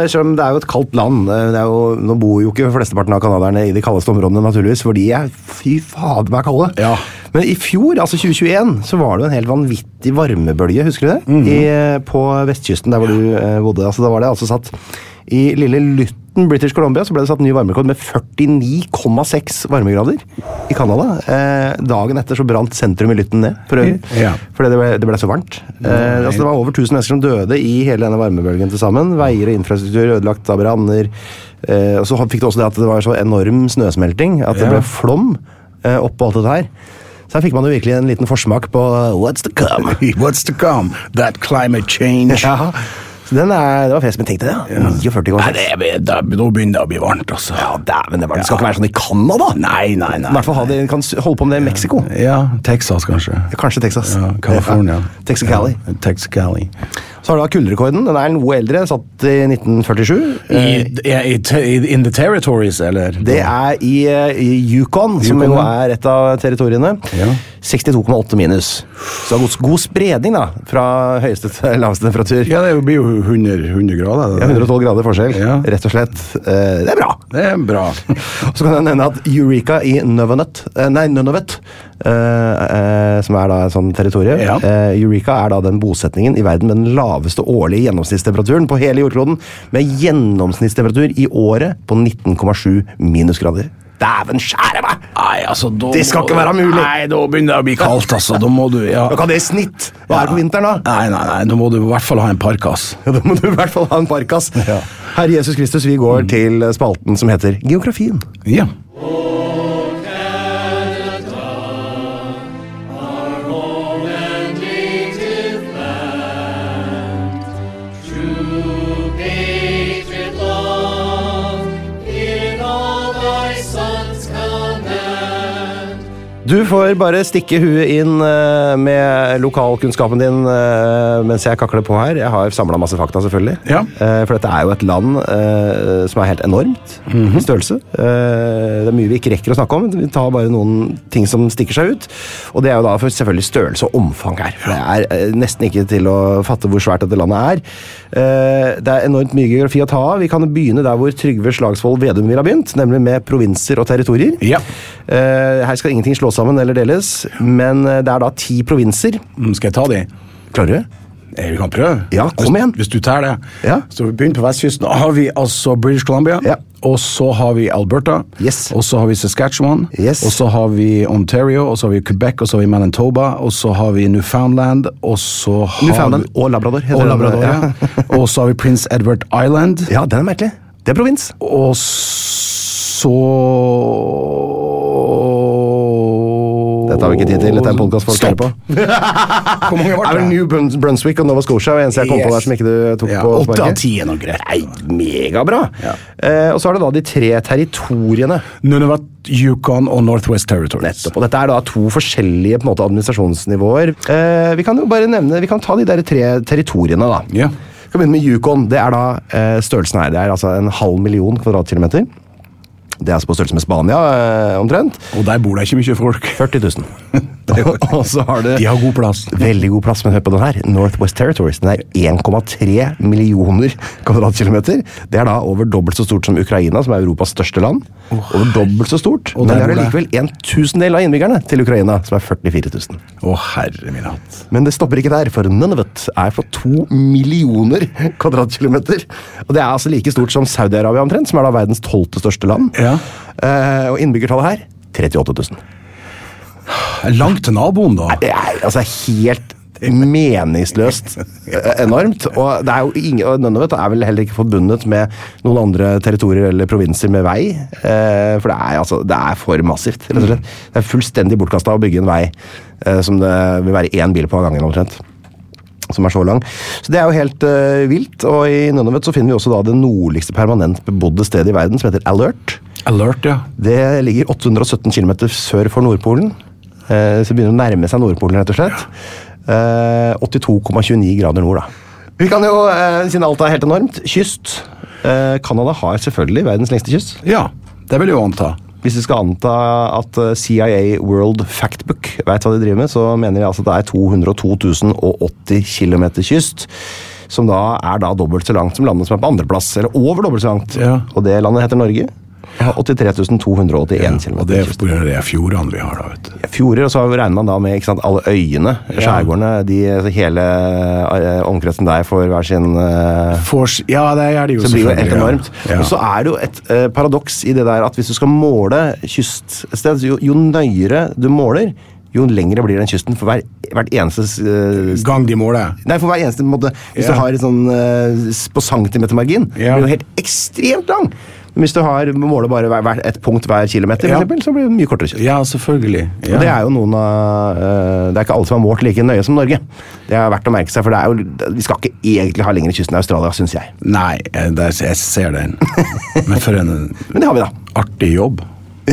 [SPEAKER 1] selv om det er jo et kaldt land eh, det er jo, Nå bor jo ikke flesteparten av canadierne i de kaldeste områdene, naturligvis, for de er fy fader meg kalde. Men i fjor, altså 2021, så var det jo en helt vanvittig varmebølge, husker du det? I, eh, på vestkysten, der hvor du eh, bodde. Altså, da var det altså satt I lille Lytton, British Columbia, så ble det satt ny varmerekord med 49,6 varmegrader i Canada. Eh, dagen etter så brant sentrum i Lytton ned, for øvrig.
[SPEAKER 2] Ja.
[SPEAKER 1] Fordi det ble, det ble så varmt. Eh, altså det var over 1000 mennesker som døde i hele denne varmebølgen til sammen. Veier og infrastruktur ødelagt av branner. Eh, og så fikk du også det at det var så enorm snøsmelting at det
[SPEAKER 2] Ja.
[SPEAKER 1] ble flom eh, oppå alt dette her. Så her fikk man jo virkelig en liten forsmak på uh, what's to come.
[SPEAKER 2] What's to come? That climate change.
[SPEAKER 1] Ja. Så den er, det var fest, men tenkte jeg, ja. 49
[SPEAKER 2] Nei, det er, da, nå begynner det å bli varmt, altså. Ja, dæven, det,
[SPEAKER 1] Det skal ikke være sånn i Canada!
[SPEAKER 2] Nei, nei, nei.
[SPEAKER 1] I hvert fall ha det, kan s- holde på med det i Mexico.
[SPEAKER 2] Ja, Texas, kanskje.
[SPEAKER 1] Kanskje Texas.
[SPEAKER 2] Ja, California.
[SPEAKER 1] Ja, Texas-Cali.
[SPEAKER 2] Ja, Texas-Cali.
[SPEAKER 1] Så har du da kulderekorden. Den er noe eldre, satt i Eh, 1947.
[SPEAKER 2] I, i, i, in the territories, eller?
[SPEAKER 1] Det er i, eh, i Yukon, som
[SPEAKER 2] Yukon,
[SPEAKER 1] jo
[SPEAKER 2] ja.
[SPEAKER 1] er et av territoriene.
[SPEAKER 2] Ja.
[SPEAKER 1] 62,8 minus. Så god, god spredning, da. Fra høyeste til laveste temperatur.
[SPEAKER 2] Ja, det blir jo 100, 100 grader.
[SPEAKER 1] Ja, 112 grader forskjell,
[SPEAKER 2] Ja.
[SPEAKER 1] rett og slett. Eh, Det er bra!
[SPEAKER 2] Det er bra.
[SPEAKER 1] Så kan jeg nevne at Eureka i Nunavut, eh, nei, Nunavut eh, eh, som er da et sånt territorium
[SPEAKER 2] Ja.
[SPEAKER 1] eh, Eureka er da den bosetningen i verden med den laveste årlige gjennomsnittstemperaturen på hele jordkloden, med gjennomsnittstemperatur i året på 19,7 minusgrader. Dæven skjære meg!
[SPEAKER 2] Nei, altså, da
[SPEAKER 1] Det skal
[SPEAKER 2] må-
[SPEAKER 1] ikke være mulig.
[SPEAKER 2] Nei, da begynner det å bli kaldt, altså. Da må du ja.
[SPEAKER 1] Hva kan det i snitt være på vinteren, da?
[SPEAKER 2] Nei, nei, nei, da må du i hvert fall ha en parkas.
[SPEAKER 1] Ja, Da må du i hvert fall ha en parkas. Herre Jesus Kristus, vi går
[SPEAKER 2] Mm.
[SPEAKER 1] til spalten som heter Geografien.
[SPEAKER 2] Ja.
[SPEAKER 3] Patriot love, in all thy sons command.
[SPEAKER 1] Du får bare stikke huet inn eh, med lokalkunnskapen din eh, mens jeg kakler på her. Jeg har samla masse fakta, selvfølgelig.
[SPEAKER 2] Ja.
[SPEAKER 1] Eh, For dette er jo et land eh, som er helt enormt
[SPEAKER 2] Mhm.
[SPEAKER 1] i størrelse. Eh, Det er mye vi ikke rekker å snakke om. Vi tar bare noen ting som stikker seg ut. Og det er jo da for selvfølgelig størrelse og omfang her. For det er eh, nesten ikke til å fatte hvor svært dette landet er. Eh, Det er enormt mye geografi å ta av. Vi kan begynne der hvor Trygve Slagsvold Vedum ville ha begynt, nemlig med provinser og territorier.
[SPEAKER 2] Ja.
[SPEAKER 1] Eh, her skal ingenting slås sammen eller deles, men eh, det er da ti provinser.
[SPEAKER 2] Mm, Skal jeg ta de?
[SPEAKER 1] Klarer du det?
[SPEAKER 2] Eh, Vi kan prøve.
[SPEAKER 1] Ja, kom
[SPEAKER 2] Hvis-
[SPEAKER 1] igjen.
[SPEAKER 2] Hvis du tar det.
[SPEAKER 1] Ja.
[SPEAKER 2] Så vi begynner på vestkysten. Da har vi altså British Columbia,
[SPEAKER 1] Ja.
[SPEAKER 2] og så har vi Alberta,
[SPEAKER 1] Yes.
[SPEAKER 2] og så har vi Saskatchewan,
[SPEAKER 1] Yes.
[SPEAKER 2] og så har vi Ontario, og så har vi Quebec, og så har vi Manitoba, og så har vi Newfoundland, og så har
[SPEAKER 1] Newfoundland
[SPEAKER 2] vi-
[SPEAKER 1] og Labrador. heter
[SPEAKER 2] Og
[SPEAKER 1] den,
[SPEAKER 2] Labrador, ja. og så har vi Prince Edward Island,
[SPEAKER 1] Ja, den er merkelig. Det er provins.
[SPEAKER 2] og så
[SPEAKER 1] Den dette har vi ikke tid til. Dette er en podkast folk hører på.
[SPEAKER 2] Hvor mange
[SPEAKER 1] Er
[SPEAKER 2] ble
[SPEAKER 1] vel
[SPEAKER 2] det?
[SPEAKER 1] New Bruns- Brunswick og Nova Scotia er eneste jeg kom på der som ikke du tok
[SPEAKER 2] Ja,
[SPEAKER 1] på
[SPEAKER 2] Åtte av
[SPEAKER 1] sparket.
[SPEAKER 2] ti er nok greit.
[SPEAKER 1] Nei, megabra! Eh, og så er det da de tre territoriene.
[SPEAKER 2] Nunavut, Yukon og Northwest Territories.
[SPEAKER 1] Nettopp. Og dette er da to forskjellige på en måte, administrasjonsnivåer. Eh, vi kan jo bare nevne, vi kan ta de der tre territoriene, da.
[SPEAKER 2] Ja.
[SPEAKER 1] Vi kan begynne med Yukon. Det er da eh, størrelsen her. Det er altså en halv million kvadratkilometer. Det er altså på størrelse med Spania, eh, omtrent.
[SPEAKER 2] Og der bor det ikke mye folk.
[SPEAKER 1] 40 000. og så har det
[SPEAKER 2] De har god plass.
[SPEAKER 1] Veldig god plass, men hør på den her. Northwest Territories. Den er 1,3 millioner kvadratkilometer. Det er da over dobbelt så stort som Ukraina, som er Europas største land. Over dobbelt så stort.
[SPEAKER 2] Og
[SPEAKER 1] men
[SPEAKER 2] der
[SPEAKER 1] det er
[SPEAKER 2] bor det-
[SPEAKER 1] allikevel en tusendel av innbyggerne til Ukraina, som er 44 000.
[SPEAKER 2] Å, herre min hatt.
[SPEAKER 1] Men det stopper ikke der, for Nunavut er på to millioner kvadratkilometer. Og det er altså like stort som Saudi-Arabia omtrent, som er da verdens tolvte største land.
[SPEAKER 2] Ja.
[SPEAKER 1] Eh, og innbyggertallet her 38 000.
[SPEAKER 2] Langt til naboen, da.
[SPEAKER 1] Det er altså helt meningsløst eh, enormt. Og det er jo ingen, og Nunavut er vel heller ikke forbundet med noen andre territorier eller provinser med vei. eh, For det er, altså, det er for massivt, rett og slett. Det er fullstendig bortkasta å bygge en vei eh, som det vil være én bil på av gangen, omtrent. Som er så lang. Så det er jo helt eh, vilt. Og i Nunavut så finner vi også da det nordligste permanent bebodde stedet i verden, som heter Alert.
[SPEAKER 2] Alert, ja.
[SPEAKER 1] Det ligger 817 km sør for Nordpolen. Eh, Så det begynner å nærme seg Nordpolen, rett og slett. Eh, 82,29 grader nord, da. Vi kan jo, eh, siden alt er helt enormt, kyst. Eh, Canada har selvfølgelig verdens lengste kyst.
[SPEAKER 2] Ja, det vil jeg jo anta.
[SPEAKER 1] Hvis vi skal anta at eh, CIA World Factbook vet hva de driver med, så mener de altså at det er 202.080 km kyst. Som da er da dobbelt så langt som landet som er på andreplass. Eller over dobbelt så langt.
[SPEAKER 2] Ja.
[SPEAKER 1] Og det landet heter Norge. og har 83.281 km.
[SPEAKER 2] Og det er pga. de fjordene vi har, da. vet du.
[SPEAKER 1] Fjorder, og så regner man da med ikke sant, alle øyene, skjærgårdene, de, altså hele eh, omkretsen der får hver sin eh,
[SPEAKER 2] Fors, ja, det er det jo
[SPEAKER 1] Så det blir jo helt
[SPEAKER 2] selvfølgelig, ja.
[SPEAKER 1] enormt.
[SPEAKER 2] Ja.
[SPEAKER 1] Og så er det jo et eh, paradoks i det der at hvis du skal måle kyst et sted, så jo, jo nøyere du måler, jo lengre blir den kysten for hver, hvert eneste eh, st-
[SPEAKER 2] Gang de måler.
[SPEAKER 1] Nei, for hver eneste måte. Hvis
[SPEAKER 2] Ja.
[SPEAKER 1] du har et sånn eh, s- på centimetermargin,
[SPEAKER 2] Ja.
[SPEAKER 1] blir den jo helt ekstremt lang. Men hvis du har, måler bare hver, hvert- et punkt hver kilometer, for
[SPEAKER 2] Ja.
[SPEAKER 1] eksempel, så blir det mye kortere kyst.
[SPEAKER 2] Ja, selvfølgelig. Ja.
[SPEAKER 1] Og det er jo noen av eh, Det er ikke alle som har målt like nøye som Norge. Det er verdt å merke seg, for det er jo, vi skal ikke egentlig ha lengre kyst enn Australia, syns jeg.
[SPEAKER 2] Nei, eh, der, jeg ser den. Men for en
[SPEAKER 1] Men det har vi, da.
[SPEAKER 2] artig jobb.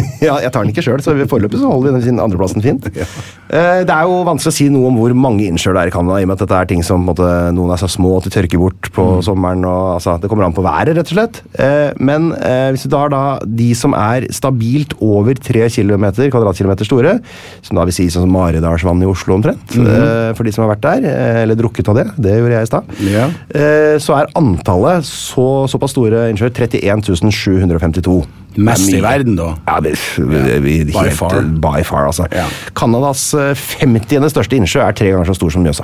[SPEAKER 1] Ja, jeg tar den ikke sjøl, så foreløpig så holder vi den sin andreplassen fint. Eh, Det er jo vanskelig å si noe om hvor mange innsjøer det er i Canada, i og med at dette er ting som på en måte, noen er så små at de tørker bort på sommeren. Og, altså, det kommer an på været, rett og slett. Eh, Men eh, hvis du tar da de som er stabilt over 3 km kvadratkilometer store, som da vil si sånn som Maridalsvannet i Oslo omtrent, eh, for de som har vært der, eh, eller drukket av det, det gjorde jeg i stad,
[SPEAKER 2] Ja.
[SPEAKER 1] eh, så er antallet så, såpass store innsjøer 31 752.
[SPEAKER 2] Mest
[SPEAKER 1] Det er
[SPEAKER 2] i
[SPEAKER 1] mye.
[SPEAKER 2] verden, da.
[SPEAKER 1] Ja, det, det, vi,
[SPEAKER 2] By
[SPEAKER 1] helt,
[SPEAKER 2] far.
[SPEAKER 1] By far, altså.
[SPEAKER 2] Ja.
[SPEAKER 1] Canadas eh, 50. største innsjø er tre ganger så stor som Mjøsa.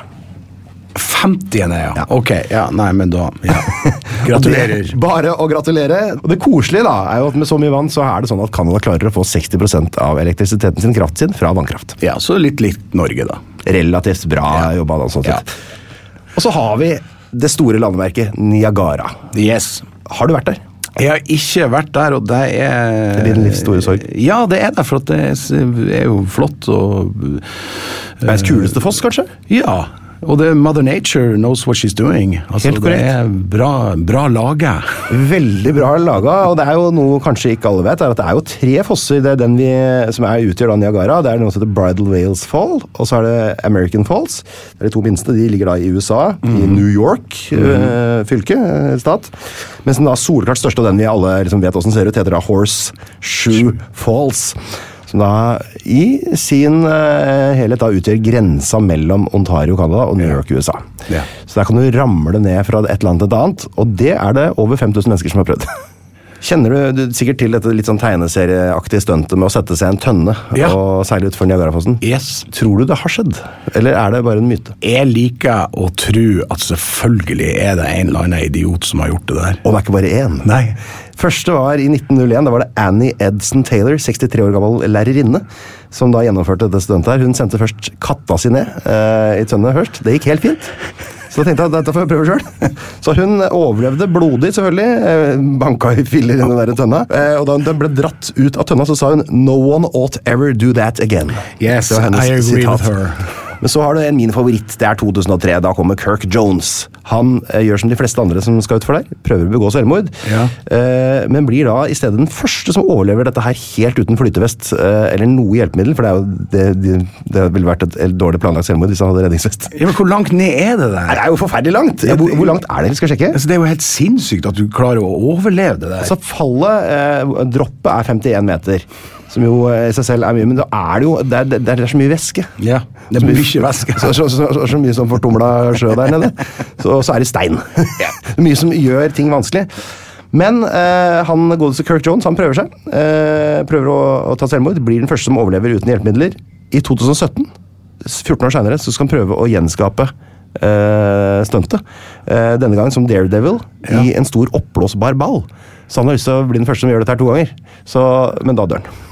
[SPEAKER 2] 50. Ja. Ok, ja, nei, men da ja.
[SPEAKER 1] Og
[SPEAKER 2] Gratulerer.
[SPEAKER 1] det- Bare å gratulere. Og det koselige da, er jo at med så mye vann så er det sånn at Canada klarer å få 60 av elektrisiteten sin, kraften sin, fra vannkraft.
[SPEAKER 2] Ja, så litt likt Norge, da.
[SPEAKER 1] Relativt bra jobba, da, sånn
[SPEAKER 2] Ja.
[SPEAKER 1] sett. Og så har vi det store landemerket Niagara.
[SPEAKER 2] Yes.
[SPEAKER 1] Har du vært der?
[SPEAKER 2] Jeg har ikke vært der, og det er
[SPEAKER 1] Det er din livs store sorg.
[SPEAKER 2] Ja, det er det, for at det er s- er jo flott og Eh,
[SPEAKER 1] Verdens kuleste foss, kanskje?
[SPEAKER 2] Ja. Og det er Mother Nature knows what she's doing. Altså,
[SPEAKER 1] Helt korrekt.
[SPEAKER 2] Det er bra, bra laga.
[SPEAKER 1] Veldig bra laga, og det er jo noe kanskje ikke alle vet, er at det er jo tre fosser. Det er den vi, som er, utgjør da Niagara. Det er noe som heter Bridal Wales Fall, og så er det American Falls. Det er de to minste. De ligger da i USA, i
[SPEAKER 2] Mm.
[SPEAKER 1] New York eh, fylke, eh, stat. Mens den da soleklart største, og den vi alle liksom vet åssen ser ut, heter da Horse Shoe Falls. Som da i sin eh, helhet da utgjør grensa mellom Ontario, Canada og New York, USA.
[SPEAKER 2] Ja.
[SPEAKER 1] Så der kan du ramle ned fra et land til et annet, og det er det over 5000 mennesker som har prøvd. Kjenner du, du sikkert til dette litt sånn tegneserieaktige stuntet med å sette seg i en tønne
[SPEAKER 2] Ja.
[SPEAKER 1] og seile utfor Niagarafossen?
[SPEAKER 2] Yes.
[SPEAKER 1] Tror du det har skjedd, eller er det bare en myte?
[SPEAKER 2] Jeg liker å tro at selvfølgelig er det en eller annen idiot som har gjort det der.
[SPEAKER 1] Og det er ikke bare én.
[SPEAKER 2] Nei.
[SPEAKER 1] Første var i 1901. Da var det Annie Edson Taylor, 63 år gammel lærerinne, som da gjennomførte dette stuntet. her. Hun sendte først katta si ned eh, i tønne først. Det gikk helt fint. Så Så tenkte jeg at dette får jeg prøve sjøl. Så hun overlevde blodig, selvfølgelig. Banka i filler i den der tønna. Eh, Og da hun- den ble dratt ut av tønna, så sa hun 'No one ought ever do that again'.
[SPEAKER 2] Yes,
[SPEAKER 1] Det var hennes
[SPEAKER 2] I agree
[SPEAKER 1] sitat.
[SPEAKER 2] with her.
[SPEAKER 1] Men så har du en min favoritt. Det er 2003. Da kommer Kirk Jones. Han eh, gjør som de fleste andre som skal utfor der. Prøver å begå selvmord. Eh, men blir da i stedet den første som overlever dette her helt uten flytevest eh, eller noe hjelpemiddel. For det, er jo, det, det, det ville vært et et dårlig planlagt selvmord hvis han hadde redningsvest.
[SPEAKER 2] Ja, men Hvor langt ned er det der?
[SPEAKER 1] Det er jo forferdelig langt. Ja, hvor, hvor langt er det? Vi skal sjekke.
[SPEAKER 2] Altså, det er jo helt sinnssykt at du klarer å overleve det der.
[SPEAKER 1] Altså Fallet, eh, droppet, er 51 meter. Som jo eh, i seg selv er mye, men da er det jo Det er, det er, det er så mye væske.
[SPEAKER 2] ja,
[SPEAKER 1] Så
[SPEAKER 2] det er
[SPEAKER 1] mye-
[SPEAKER 2] mye væske.
[SPEAKER 1] Så, så, så, så, så mye som fortumla sjø der nede. Så, så er det stein. mye som gjør ting vanskelig. Men eh, han godeste Kirk Jones han prøver seg. Eh, prøver å, å ta selvmord. Blir den første som overlever uten hjelpemidler. I 2017, 14 år seinere, skal han prøve å gjenskape eh, stuntet. Eh, denne gangen som Daredevil i en stor oppblåsbar ball. Så han har lyst til å bli den første som gjør dette her to ganger. Så, men da dør han.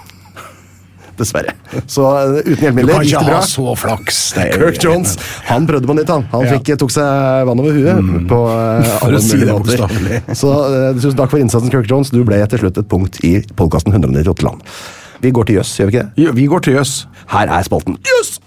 [SPEAKER 1] Dessverre. Så eh, uten
[SPEAKER 2] Du
[SPEAKER 1] hjelpemidler
[SPEAKER 2] kan
[SPEAKER 1] gikk
[SPEAKER 2] ikke
[SPEAKER 1] det
[SPEAKER 2] ha
[SPEAKER 1] bra.
[SPEAKER 2] så flaks. Det er-
[SPEAKER 1] Kirk Jones han prøvde på nytt. Han Han
[SPEAKER 2] Ja. Mm.
[SPEAKER 1] fikk, eh, tok seg vann over huet. På, eh,
[SPEAKER 2] For å
[SPEAKER 1] alle
[SPEAKER 2] si det
[SPEAKER 1] mulige måter.
[SPEAKER 2] bokstavelig.
[SPEAKER 1] Så eh, tusen takk for innsatsen, Kirk Jones. Du ble til slutt et punkt i podkasten 198 land. Vi går til jøss, gjør vi ikke det?
[SPEAKER 2] Jo, Vi går til jøss.
[SPEAKER 1] Her er spalten Jøss!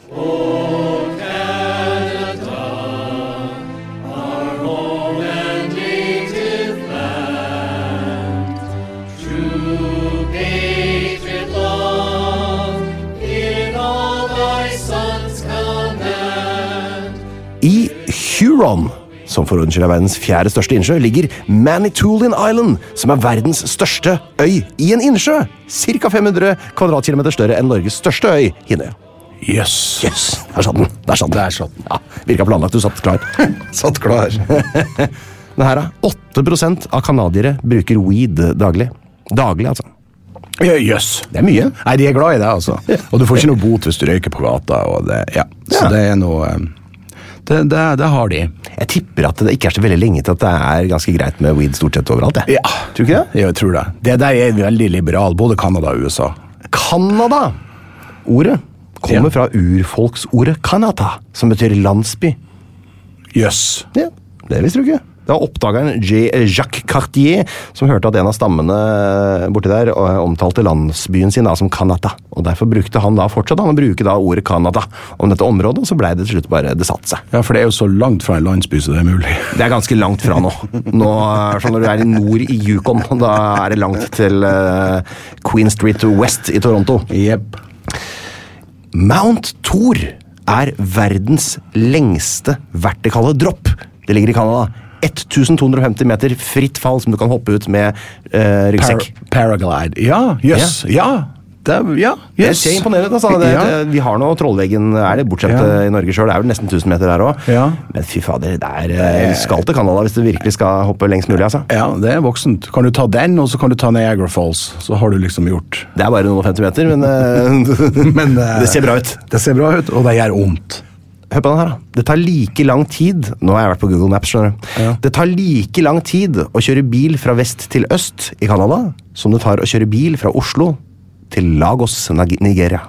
[SPEAKER 3] Patriot love in all thy sons command.
[SPEAKER 1] I Huron, som for ordens skyld er verdens fjerde største innsjø, ligger Manitoulin Island, som er verdens største øy i en innsjø. Ca. 500 kvadratkilometer større enn Norges største øy, Hinnøya.
[SPEAKER 2] Jøss.
[SPEAKER 1] Yes, der satt den. Der satt den. Ja, Virka planlagt, du satt klar.
[SPEAKER 2] Satt klar.
[SPEAKER 1] Det her er 8 av canadiere bruker weed daglig. Daglig, altså.
[SPEAKER 2] Ja, Jøss.
[SPEAKER 1] Det er mye.
[SPEAKER 2] Nei, de er glad i deg, altså. Og du får ikke noe bot hvis du røyker på gata. Og det, ja. Så
[SPEAKER 1] Ja.
[SPEAKER 2] det er noe um, det, det, det har de.
[SPEAKER 1] Jeg tipper at det ikke er så veldig lenge til at det er ganske greit med weed stort sett overalt. jeg.
[SPEAKER 2] Ja.
[SPEAKER 1] Tror du ikke det?
[SPEAKER 2] Ja, Jeg tror det. Det der er veldig liberal, både Canada og USA.
[SPEAKER 1] Canada! Ordet kommer
[SPEAKER 2] Ja.
[SPEAKER 1] fra urfolksordet kanata, som betyr landsby.
[SPEAKER 2] Jøss.
[SPEAKER 1] Ja, Det visste du ikke. Det var oppdageren J. eh, Jacques Cartier som hørte at en av stammene borti der eh, omtalte landsbyen sin da som Kanata. Og Derfor brukte han da fortsatt han å bruke da ordet Kanata om dette området, og så blei det til slutt bare det satt seg.
[SPEAKER 2] Ja, for det er jo så langt fra en landsby som det er mulig.
[SPEAKER 1] Det er ganske langt fra nå. nå eh, sånn når du er i nord i Yukon, da er det langt til eh, Queen Street West i Toronto.
[SPEAKER 2] Jepp.
[SPEAKER 1] Mount Thor er verdens lengste vertikale dropp. Det ligger i Canada. 1250 meter fritt fall som du kan hoppe ut med eh, ryggsekk.
[SPEAKER 2] paraglide. Ja, jøss. Ja. Det, er- ja,
[SPEAKER 1] Det
[SPEAKER 2] jøss.
[SPEAKER 1] ser imponerende ut. Altså. Det,
[SPEAKER 2] Ja.
[SPEAKER 1] det, vi har nå Trollveggen, er det bortsett
[SPEAKER 2] Ja.
[SPEAKER 1] eh, i Norge sjøl. Det er vel nesten 1000 meter her òg.
[SPEAKER 2] Ja.
[SPEAKER 1] Men fy fader, det er eh, skal til Canada hvis du virkelig skal hoppe lengst mulig. altså.
[SPEAKER 2] Ja, det er voksent. Kan du ta den, og så kan du ta Niagara Falls. Så har du liksom gjort
[SPEAKER 1] Det er bare noen og 50 meter, men, eh,
[SPEAKER 2] Men, eh,
[SPEAKER 1] det ser bra ut.
[SPEAKER 2] Det ser bra ut, og det gjør vondt.
[SPEAKER 1] Hør på den her, da. Det tar like lang tid Nå har jeg vært på Google Maps, skjønner du.
[SPEAKER 2] Ja.
[SPEAKER 1] Det tar like lang tid å kjøre bil fra vest til øst i Canada som det tar å kjøre bil fra Oslo til Lagos, Nag- Nigeria.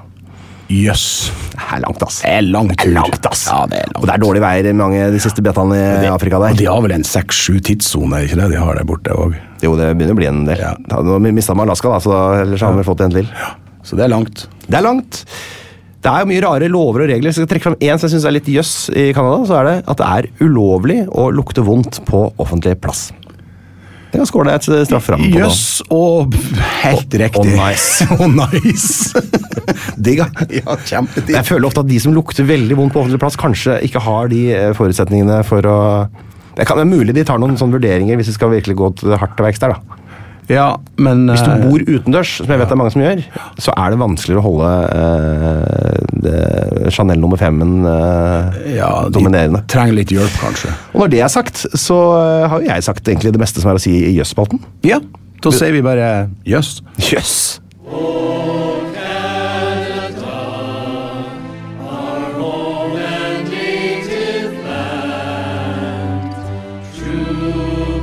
[SPEAKER 2] Jøss.
[SPEAKER 1] Det er langt, ass.
[SPEAKER 2] Det er lang tur.
[SPEAKER 1] Langt, ass.
[SPEAKER 2] Ja, det er langt.
[SPEAKER 1] Og det er dårlige veier i mange av de siste betaene i Afrika
[SPEAKER 2] Og
[SPEAKER 1] der.
[SPEAKER 2] de har vel en seks-sju tidssoner, ikke det de har der borte òg?
[SPEAKER 1] Jo, det begynner å bli en del.
[SPEAKER 2] Ja.
[SPEAKER 1] Da, nå mista de Alaska, da, så da, ellers har vi fått en til.
[SPEAKER 2] Så det er langt.
[SPEAKER 1] Det er langt. Det er jo mye rare lover og regler. Så jeg skal trekke fram én som jeg syns er litt jøss i Canada. Så er det at det er ulovlig å lukte vondt på offentlig plass. Det kan skåle et strafferamme på. nå.
[SPEAKER 2] Jøss og helt
[SPEAKER 1] og
[SPEAKER 2] riktig.
[SPEAKER 1] nice.
[SPEAKER 2] Og nice.
[SPEAKER 1] Digg, da.
[SPEAKER 2] ja, kjempedigg.
[SPEAKER 1] Jeg føler ofte at de som lukter veldig vondt på offentlig plass, kanskje ikke har de eh, forutsetningene for å det kan være mulig de tar noen sånne vurderinger hvis de skal virkelig gå til hardt til verks der. da.
[SPEAKER 2] Ja, men
[SPEAKER 1] Hvis du
[SPEAKER 2] eh,
[SPEAKER 1] bor utendørs, som jeg vet det er mange som gjør, så er det vanskeligere å holde eh, det, Chanel nummer fem-en eh,
[SPEAKER 2] ja, de
[SPEAKER 1] dominerende.
[SPEAKER 2] Trenger litt hjelp, kanskje.
[SPEAKER 1] Og når det er sagt, så eh, har jo jeg sagt egentlig det meste som er å si i Jøss-spalten.
[SPEAKER 2] Ja, da sier vi bare jøss.
[SPEAKER 1] Jøss!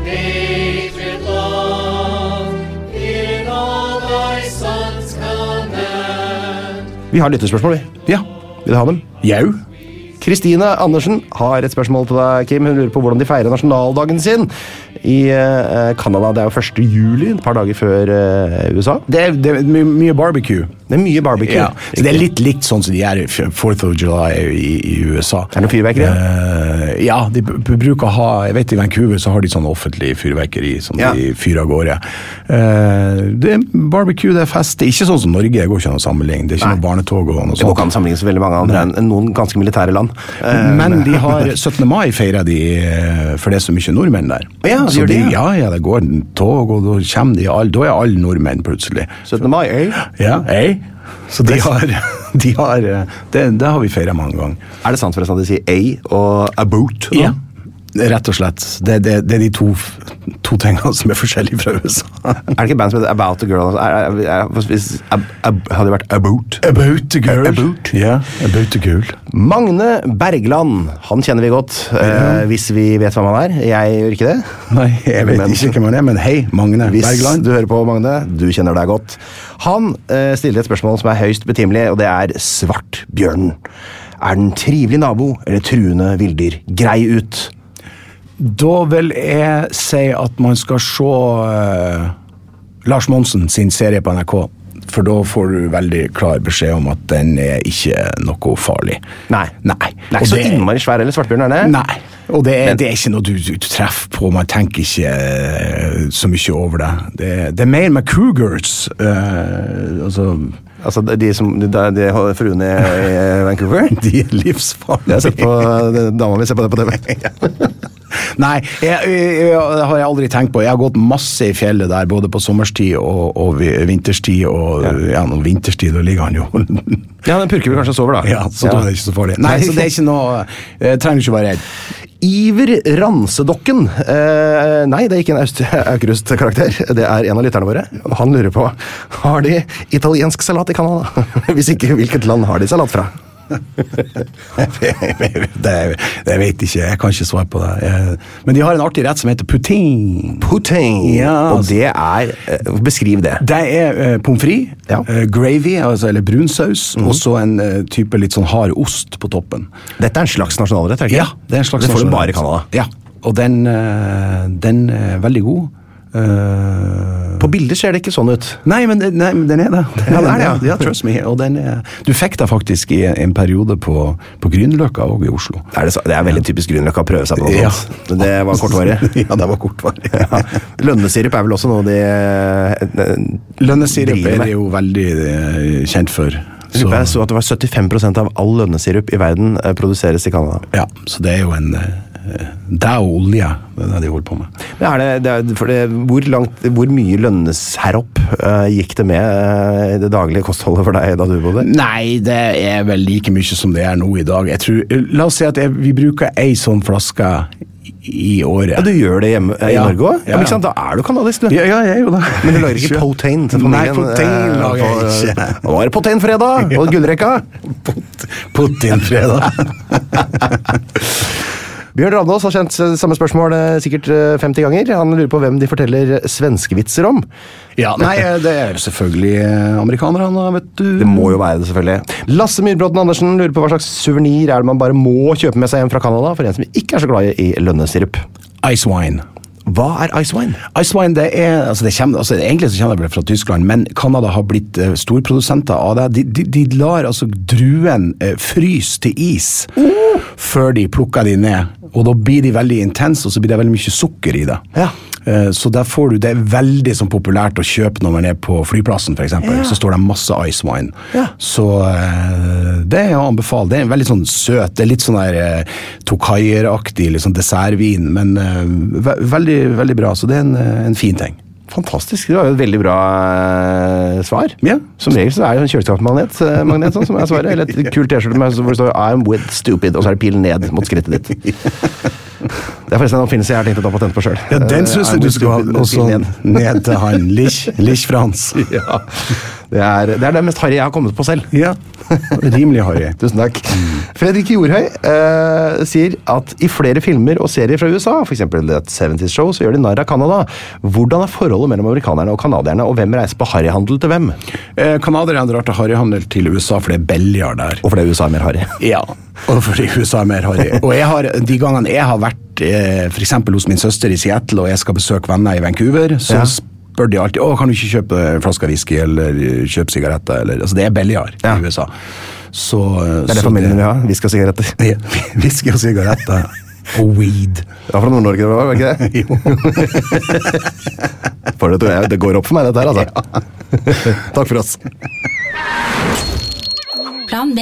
[SPEAKER 3] Patriot love in all thy sons command.
[SPEAKER 1] Vi har lyttespørsmål, vi.
[SPEAKER 2] Ja.
[SPEAKER 1] Vil du ha dem?
[SPEAKER 2] Jau.
[SPEAKER 1] Kristine Andersen har et spørsmål til deg, Kim. Hun lurer på hvordan de feirer nasjonaldagen sin i eh, Canada. Det er jo 1. juli, et par dager før eh, USA.
[SPEAKER 2] Det er, det er my- mye barbecue.
[SPEAKER 1] Det er mye barbecue.
[SPEAKER 2] Ja, så Det er litt likt sånn som de gjør i f- 4th of July i, i USA.
[SPEAKER 1] Er det noe fyrverkeri?
[SPEAKER 2] Eh, ja, de b- b- bruker å ha Jeg vet i Vancouver så har de sånn offentlig fyrverkeri som
[SPEAKER 1] Ja.
[SPEAKER 2] de fyrer av gårde. Eh, det er barbecue, det er fest. Det er ikke sånn som Norge, det går ikke an å sammenligne. Det er ikke noe barnetog og noe
[SPEAKER 1] Det går ikke an
[SPEAKER 2] sånt.
[SPEAKER 1] å sammenligne så veldig mange andre enn noen ganske militære land. Eh,
[SPEAKER 2] Men de har 17. mai feirer de, eh, for det er så mye nordmenn der.
[SPEAKER 1] Ja, de
[SPEAKER 2] så
[SPEAKER 1] gjør
[SPEAKER 2] de,
[SPEAKER 1] det,
[SPEAKER 2] ja,
[SPEAKER 1] ja.
[SPEAKER 2] ja, det går tog, og da kommer de alle. Da er alle nordmenn plutselig.
[SPEAKER 1] 17. mai, eh?
[SPEAKER 2] Ja, ei. Så de har, de har eh, det, det har vi feira mange ganger.
[SPEAKER 1] Er det sant forresten at de sier ei og about?
[SPEAKER 2] Ja. Rett og slett. Det, det, det er de to, f- to tingene som er forskjellige fra USA.
[SPEAKER 1] Er det ikke et band som heter About a Girl? Er, er, er, hvis, ab, ab, hadde det vært About?
[SPEAKER 2] About the girl.
[SPEAKER 1] About.
[SPEAKER 2] Ja, about the girl.
[SPEAKER 1] Magne Bergland, han kjenner vi godt, eh, hvis vi vet hvem han er. Jeg gjør ikke det.
[SPEAKER 2] Nei, jeg vet
[SPEAKER 1] Men-
[SPEAKER 2] ikke hvem han er, men hei, Magne
[SPEAKER 1] Hvis
[SPEAKER 2] Bergland.
[SPEAKER 1] du hører på, Magne, du kjenner deg godt. Han eh, stiller et spørsmål som er høyst betimelig, og det er svartbjørnen. Er den trivelig nabo eller truende villdyr? Grei ut.
[SPEAKER 2] Da vil jeg si at man skal se eh, Lars Monsen sin serie på NRK. For da får du veldig klar beskjed om at den er ikke noe farlig.
[SPEAKER 1] Nei.
[SPEAKER 2] Nei.
[SPEAKER 1] Det er ikke
[SPEAKER 2] Og
[SPEAKER 1] så innmari svær eller svartbjørn, er det?
[SPEAKER 2] Nei. Og det er,
[SPEAKER 1] Men-
[SPEAKER 2] det er ikke noe du, du treffer på, man tenker ikke eh, så mye over det. Det, det er mer med cougars. eh, altså,
[SPEAKER 1] Altså, de som, de, de fruene i eh, Vancouver?
[SPEAKER 2] de
[SPEAKER 1] Jeg
[SPEAKER 2] er
[SPEAKER 1] har sett på
[SPEAKER 2] livsfarlige.
[SPEAKER 1] det- Dama mi ser på det på TV.
[SPEAKER 2] Nei, jeg, jeg, jeg, det har jeg aldri tenkt på. Jeg har gått masse i fjellet der, både på sommerstid og, og vi- vinterstid. Og ja, nå vinterstid, da ligger han jo
[SPEAKER 1] Ja, den purker vel kanskje og sover, da.
[SPEAKER 2] Ja, så da er det ikke så farlig. Nei, så det er ikke noe eh, Trenger ikke å være redd.
[SPEAKER 1] Iver Ransedokken. Eh, nei, det er ikke en Aust- Aukrust-karakter. Det er en av lytterne våre. Han lurer på har de italiensk salat i Canada. Hvis ikke, hvilket land har de salat fra?
[SPEAKER 2] det, det vet ikke, jeg kan ikke svare på det. Jeg, men de har en artig rett som heter poutine.
[SPEAKER 1] Poutine.
[SPEAKER 2] Ja. altså-
[SPEAKER 1] Og det er eh, Beskriv det.
[SPEAKER 2] Det er eh, pommes frites,
[SPEAKER 1] Ja. Mhm.
[SPEAKER 2] eh, gravy, altså, eller brunsaus, og så en eh, type litt sånn hard ost på toppen.
[SPEAKER 1] Dette er en slags nasjonalrett? er det ikke?
[SPEAKER 2] Ja, det er en slags
[SPEAKER 1] Det får du
[SPEAKER 2] nasjonal-
[SPEAKER 1] bare i Canada.
[SPEAKER 2] Ja, og den, eh, den er veldig god. Eh,
[SPEAKER 1] På bilder ser det ikke sånn ut.
[SPEAKER 2] Nei, men det- nei, men den er det.
[SPEAKER 1] Ja, den er det, ja.
[SPEAKER 2] ja, trust me. Og den er, du fikk det faktisk i en periode på, på Grünerløkka og i Oslo.
[SPEAKER 1] Er det, så- det er veldig typisk Grünerløkka å prøve seg på noe
[SPEAKER 2] Ja.
[SPEAKER 1] sånt. Det var kortvarig.
[SPEAKER 2] ja, det var kortvarig.
[SPEAKER 1] Ja. Lønnesirup er vel også noe de eh,
[SPEAKER 2] Lønnesirup
[SPEAKER 1] driver
[SPEAKER 2] er
[SPEAKER 1] med.
[SPEAKER 2] de jo veldig eh, kjent for.
[SPEAKER 1] Jeg lurer på, jeg så at det var 75 av all lønnesirup i verden eh, produseres i Canada.
[SPEAKER 2] ja, så det er jo en eh, Det er jo olje, det er det de holder på med.
[SPEAKER 1] Men Er det, det er, for det, hvor, langt, hvor mye lønnesherropp eh, gikk det med eh, i det daglige kostholdet for deg da du bodde?
[SPEAKER 2] Nei, det er vel like mye som det er nå i dag. Jeg tror, la oss si at jeg, vi bruker ei sånn flaske i året.
[SPEAKER 1] Ja, du gjør det hjemme eh, i
[SPEAKER 2] Ja.
[SPEAKER 1] Norge òg? Ja, men
[SPEAKER 2] Ja, ja.
[SPEAKER 1] ikke sant? Da er du canadisk, du.
[SPEAKER 2] Ja, ja, jeg er jo det.
[SPEAKER 1] Men du lager ikke potain til
[SPEAKER 2] Nei,
[SPEAKER 1] familien?
[SPEAKER 2] potain
[SPEAKER 1] eh,
[SPEAKER 2] lager jeg
[SPEAKER 1] på-
[SPEAKER 2] ikke.
[SPEAKER 1] Nå var det potainfredag og gullrekka!
[SPEAKER 2] Potinfredag.
[SPEAKER 1] Bjørn Ravnås har kjent eh, samme spørsmål eh, sikkert eh, 50 ganger. Han lurer på hvem de forteller svenskevitser om.
[SPEAKER 2] Ja, nei, eh, det er selvfølgelig eh, amerikanerne, vet du.
[SPEAKER 1] Det må jo være det, selvfølgelig. Lasse Myrbråten Andersen lurer på hva slags suvenir er det man bare må kjøpe med seg hjem fra Canada, for en som ikke er så glad i lønnesirup.
[SPEAKER 2] Ice wine.
[SPEAKER 1] Hva er ice wine?
[SPEAKER 2] Ice wine, det er, altså det kommer, altså Egentlig så kommer det vel fra Tyskland, men Canada har blitt eh, storprodusenter av det. De, de, de lar altså druen eh, fryse til is før de plukker de ned. Og Da blir de veldig intense, og så blir det veldig mye sukker i det.
[SPEAKER 1] Ja.
[SPEAKER 2] Eh, Så der får du Det er veldig sånn populært å kjøpe når man er på flyplassen, f.eks. eksempel Så står det masse ice wine.
[SPEAKER 1] Ja.
[SPEAKER 2] Så eh, det er å anbefale. Det er en veldig sånn søt, det er litt sånn der eh, tokaieraktig liksom dessertvin, men eh, ve veldig, veldig bra. Så det er en, eh, en fin ting.
[SPEAKER 1] Fantastisk. Det var jo et veldig bra eh, svar.
[SPEAKER 2] Ja.
[SPEAKER 1] Som regel så er det jo en kjøleskapsmagnet eh, magnet, sånn som er svaret. Eller et kult T-skjorte med- hvor det står 'I'm with stupid', og så er det pil ned mot skrittet ditt. Det er forresten en oppfinnelse jeg har tenkt å ta patent på Eh, sjøl.
[SPEAKER 2] ned til han Lich, Lich Frans.
[SPEAKER 1] Ja. Det er, det er det mest harry jeg har kommet på selv.
[SPEAKER 2] Ja. Rimelig harry.
[SPEAKER 1] Tusen takk. Fredrik Jorhøy eh, sier at i flere filmer og serier fra USA, f.eks. et 70's Show, så gjør de narr av Canada. Hvordan er forholdet mellom amerikanerne og canadierne, og hvem reiser på harryhandel til hvem?
[SPEAKER 2] Eh, Canadierne drar til harryhandel til USA, for det er billigere der.
[SPEAKER 1] Og fordi USA er mer harry.
[SPEAKER 2] Ja, og fordi USA er mer harry. Og jeg har, de gangene jeg har vært eh, for eksempel hos min søster i Seattle, og jeg skal besøke venner i Vancouver, så
[SPEAKER 1] Ja.
[SPEAKER 2] spør de alltid «Å, kan du ikke kjøpe en flaske whisky eller eh, kjøpe sigaretter. Eller, altså, det er billigere i USA. Så, eh,
[SPEAKER 1] Det er det
[SPEAKER 2] så
[SPEAKER 1] familien min vil ha. Whisky og sigaretter.
[SPEAKER 2] Ja, Whisky og sigaretter. Og weed.
[SPEAKER 1] Det var fra Nord-Norge, det var, var ikke det? For det, tror jeg, det går opp for meg, dette her, altså. Takk for oss.
[SPEAKER 4] Plan B.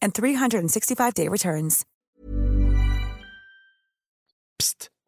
[SPEAKER 5] and 365-day returns.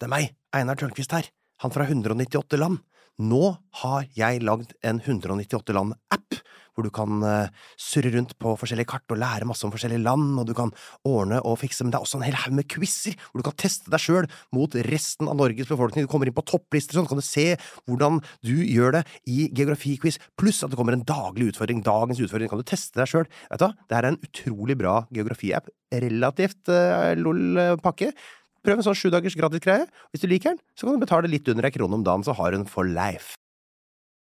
[SPEAKER 1] Det er meg, Einar Tørnquist her, han fra 198 land. Nå har jeg lagd en 198 land-app, hvor du kan eh, surre rundt på forskjellige kart og lære masse om forskjellige land, og du kan ordne og fikse, men det er også en hel haug med quizer, hvor du kan teste deg sjøl mot resten av Norges befolkning. Du kommer inn på topplister, sånn kan du se hvordan du gjør det i geografiquiz, pluss at det kommer en daglig utfordring. Dagens utfordring kan du teste deg sjøl. Vet du hva, det her er en utrolig bra geografi-app. Relativt eh, lol-pakke. Prøv en sånn sju dagers gratis greie. Hvis du liker den, så kan du betale litt under ei krone om dagen, så har du den for life.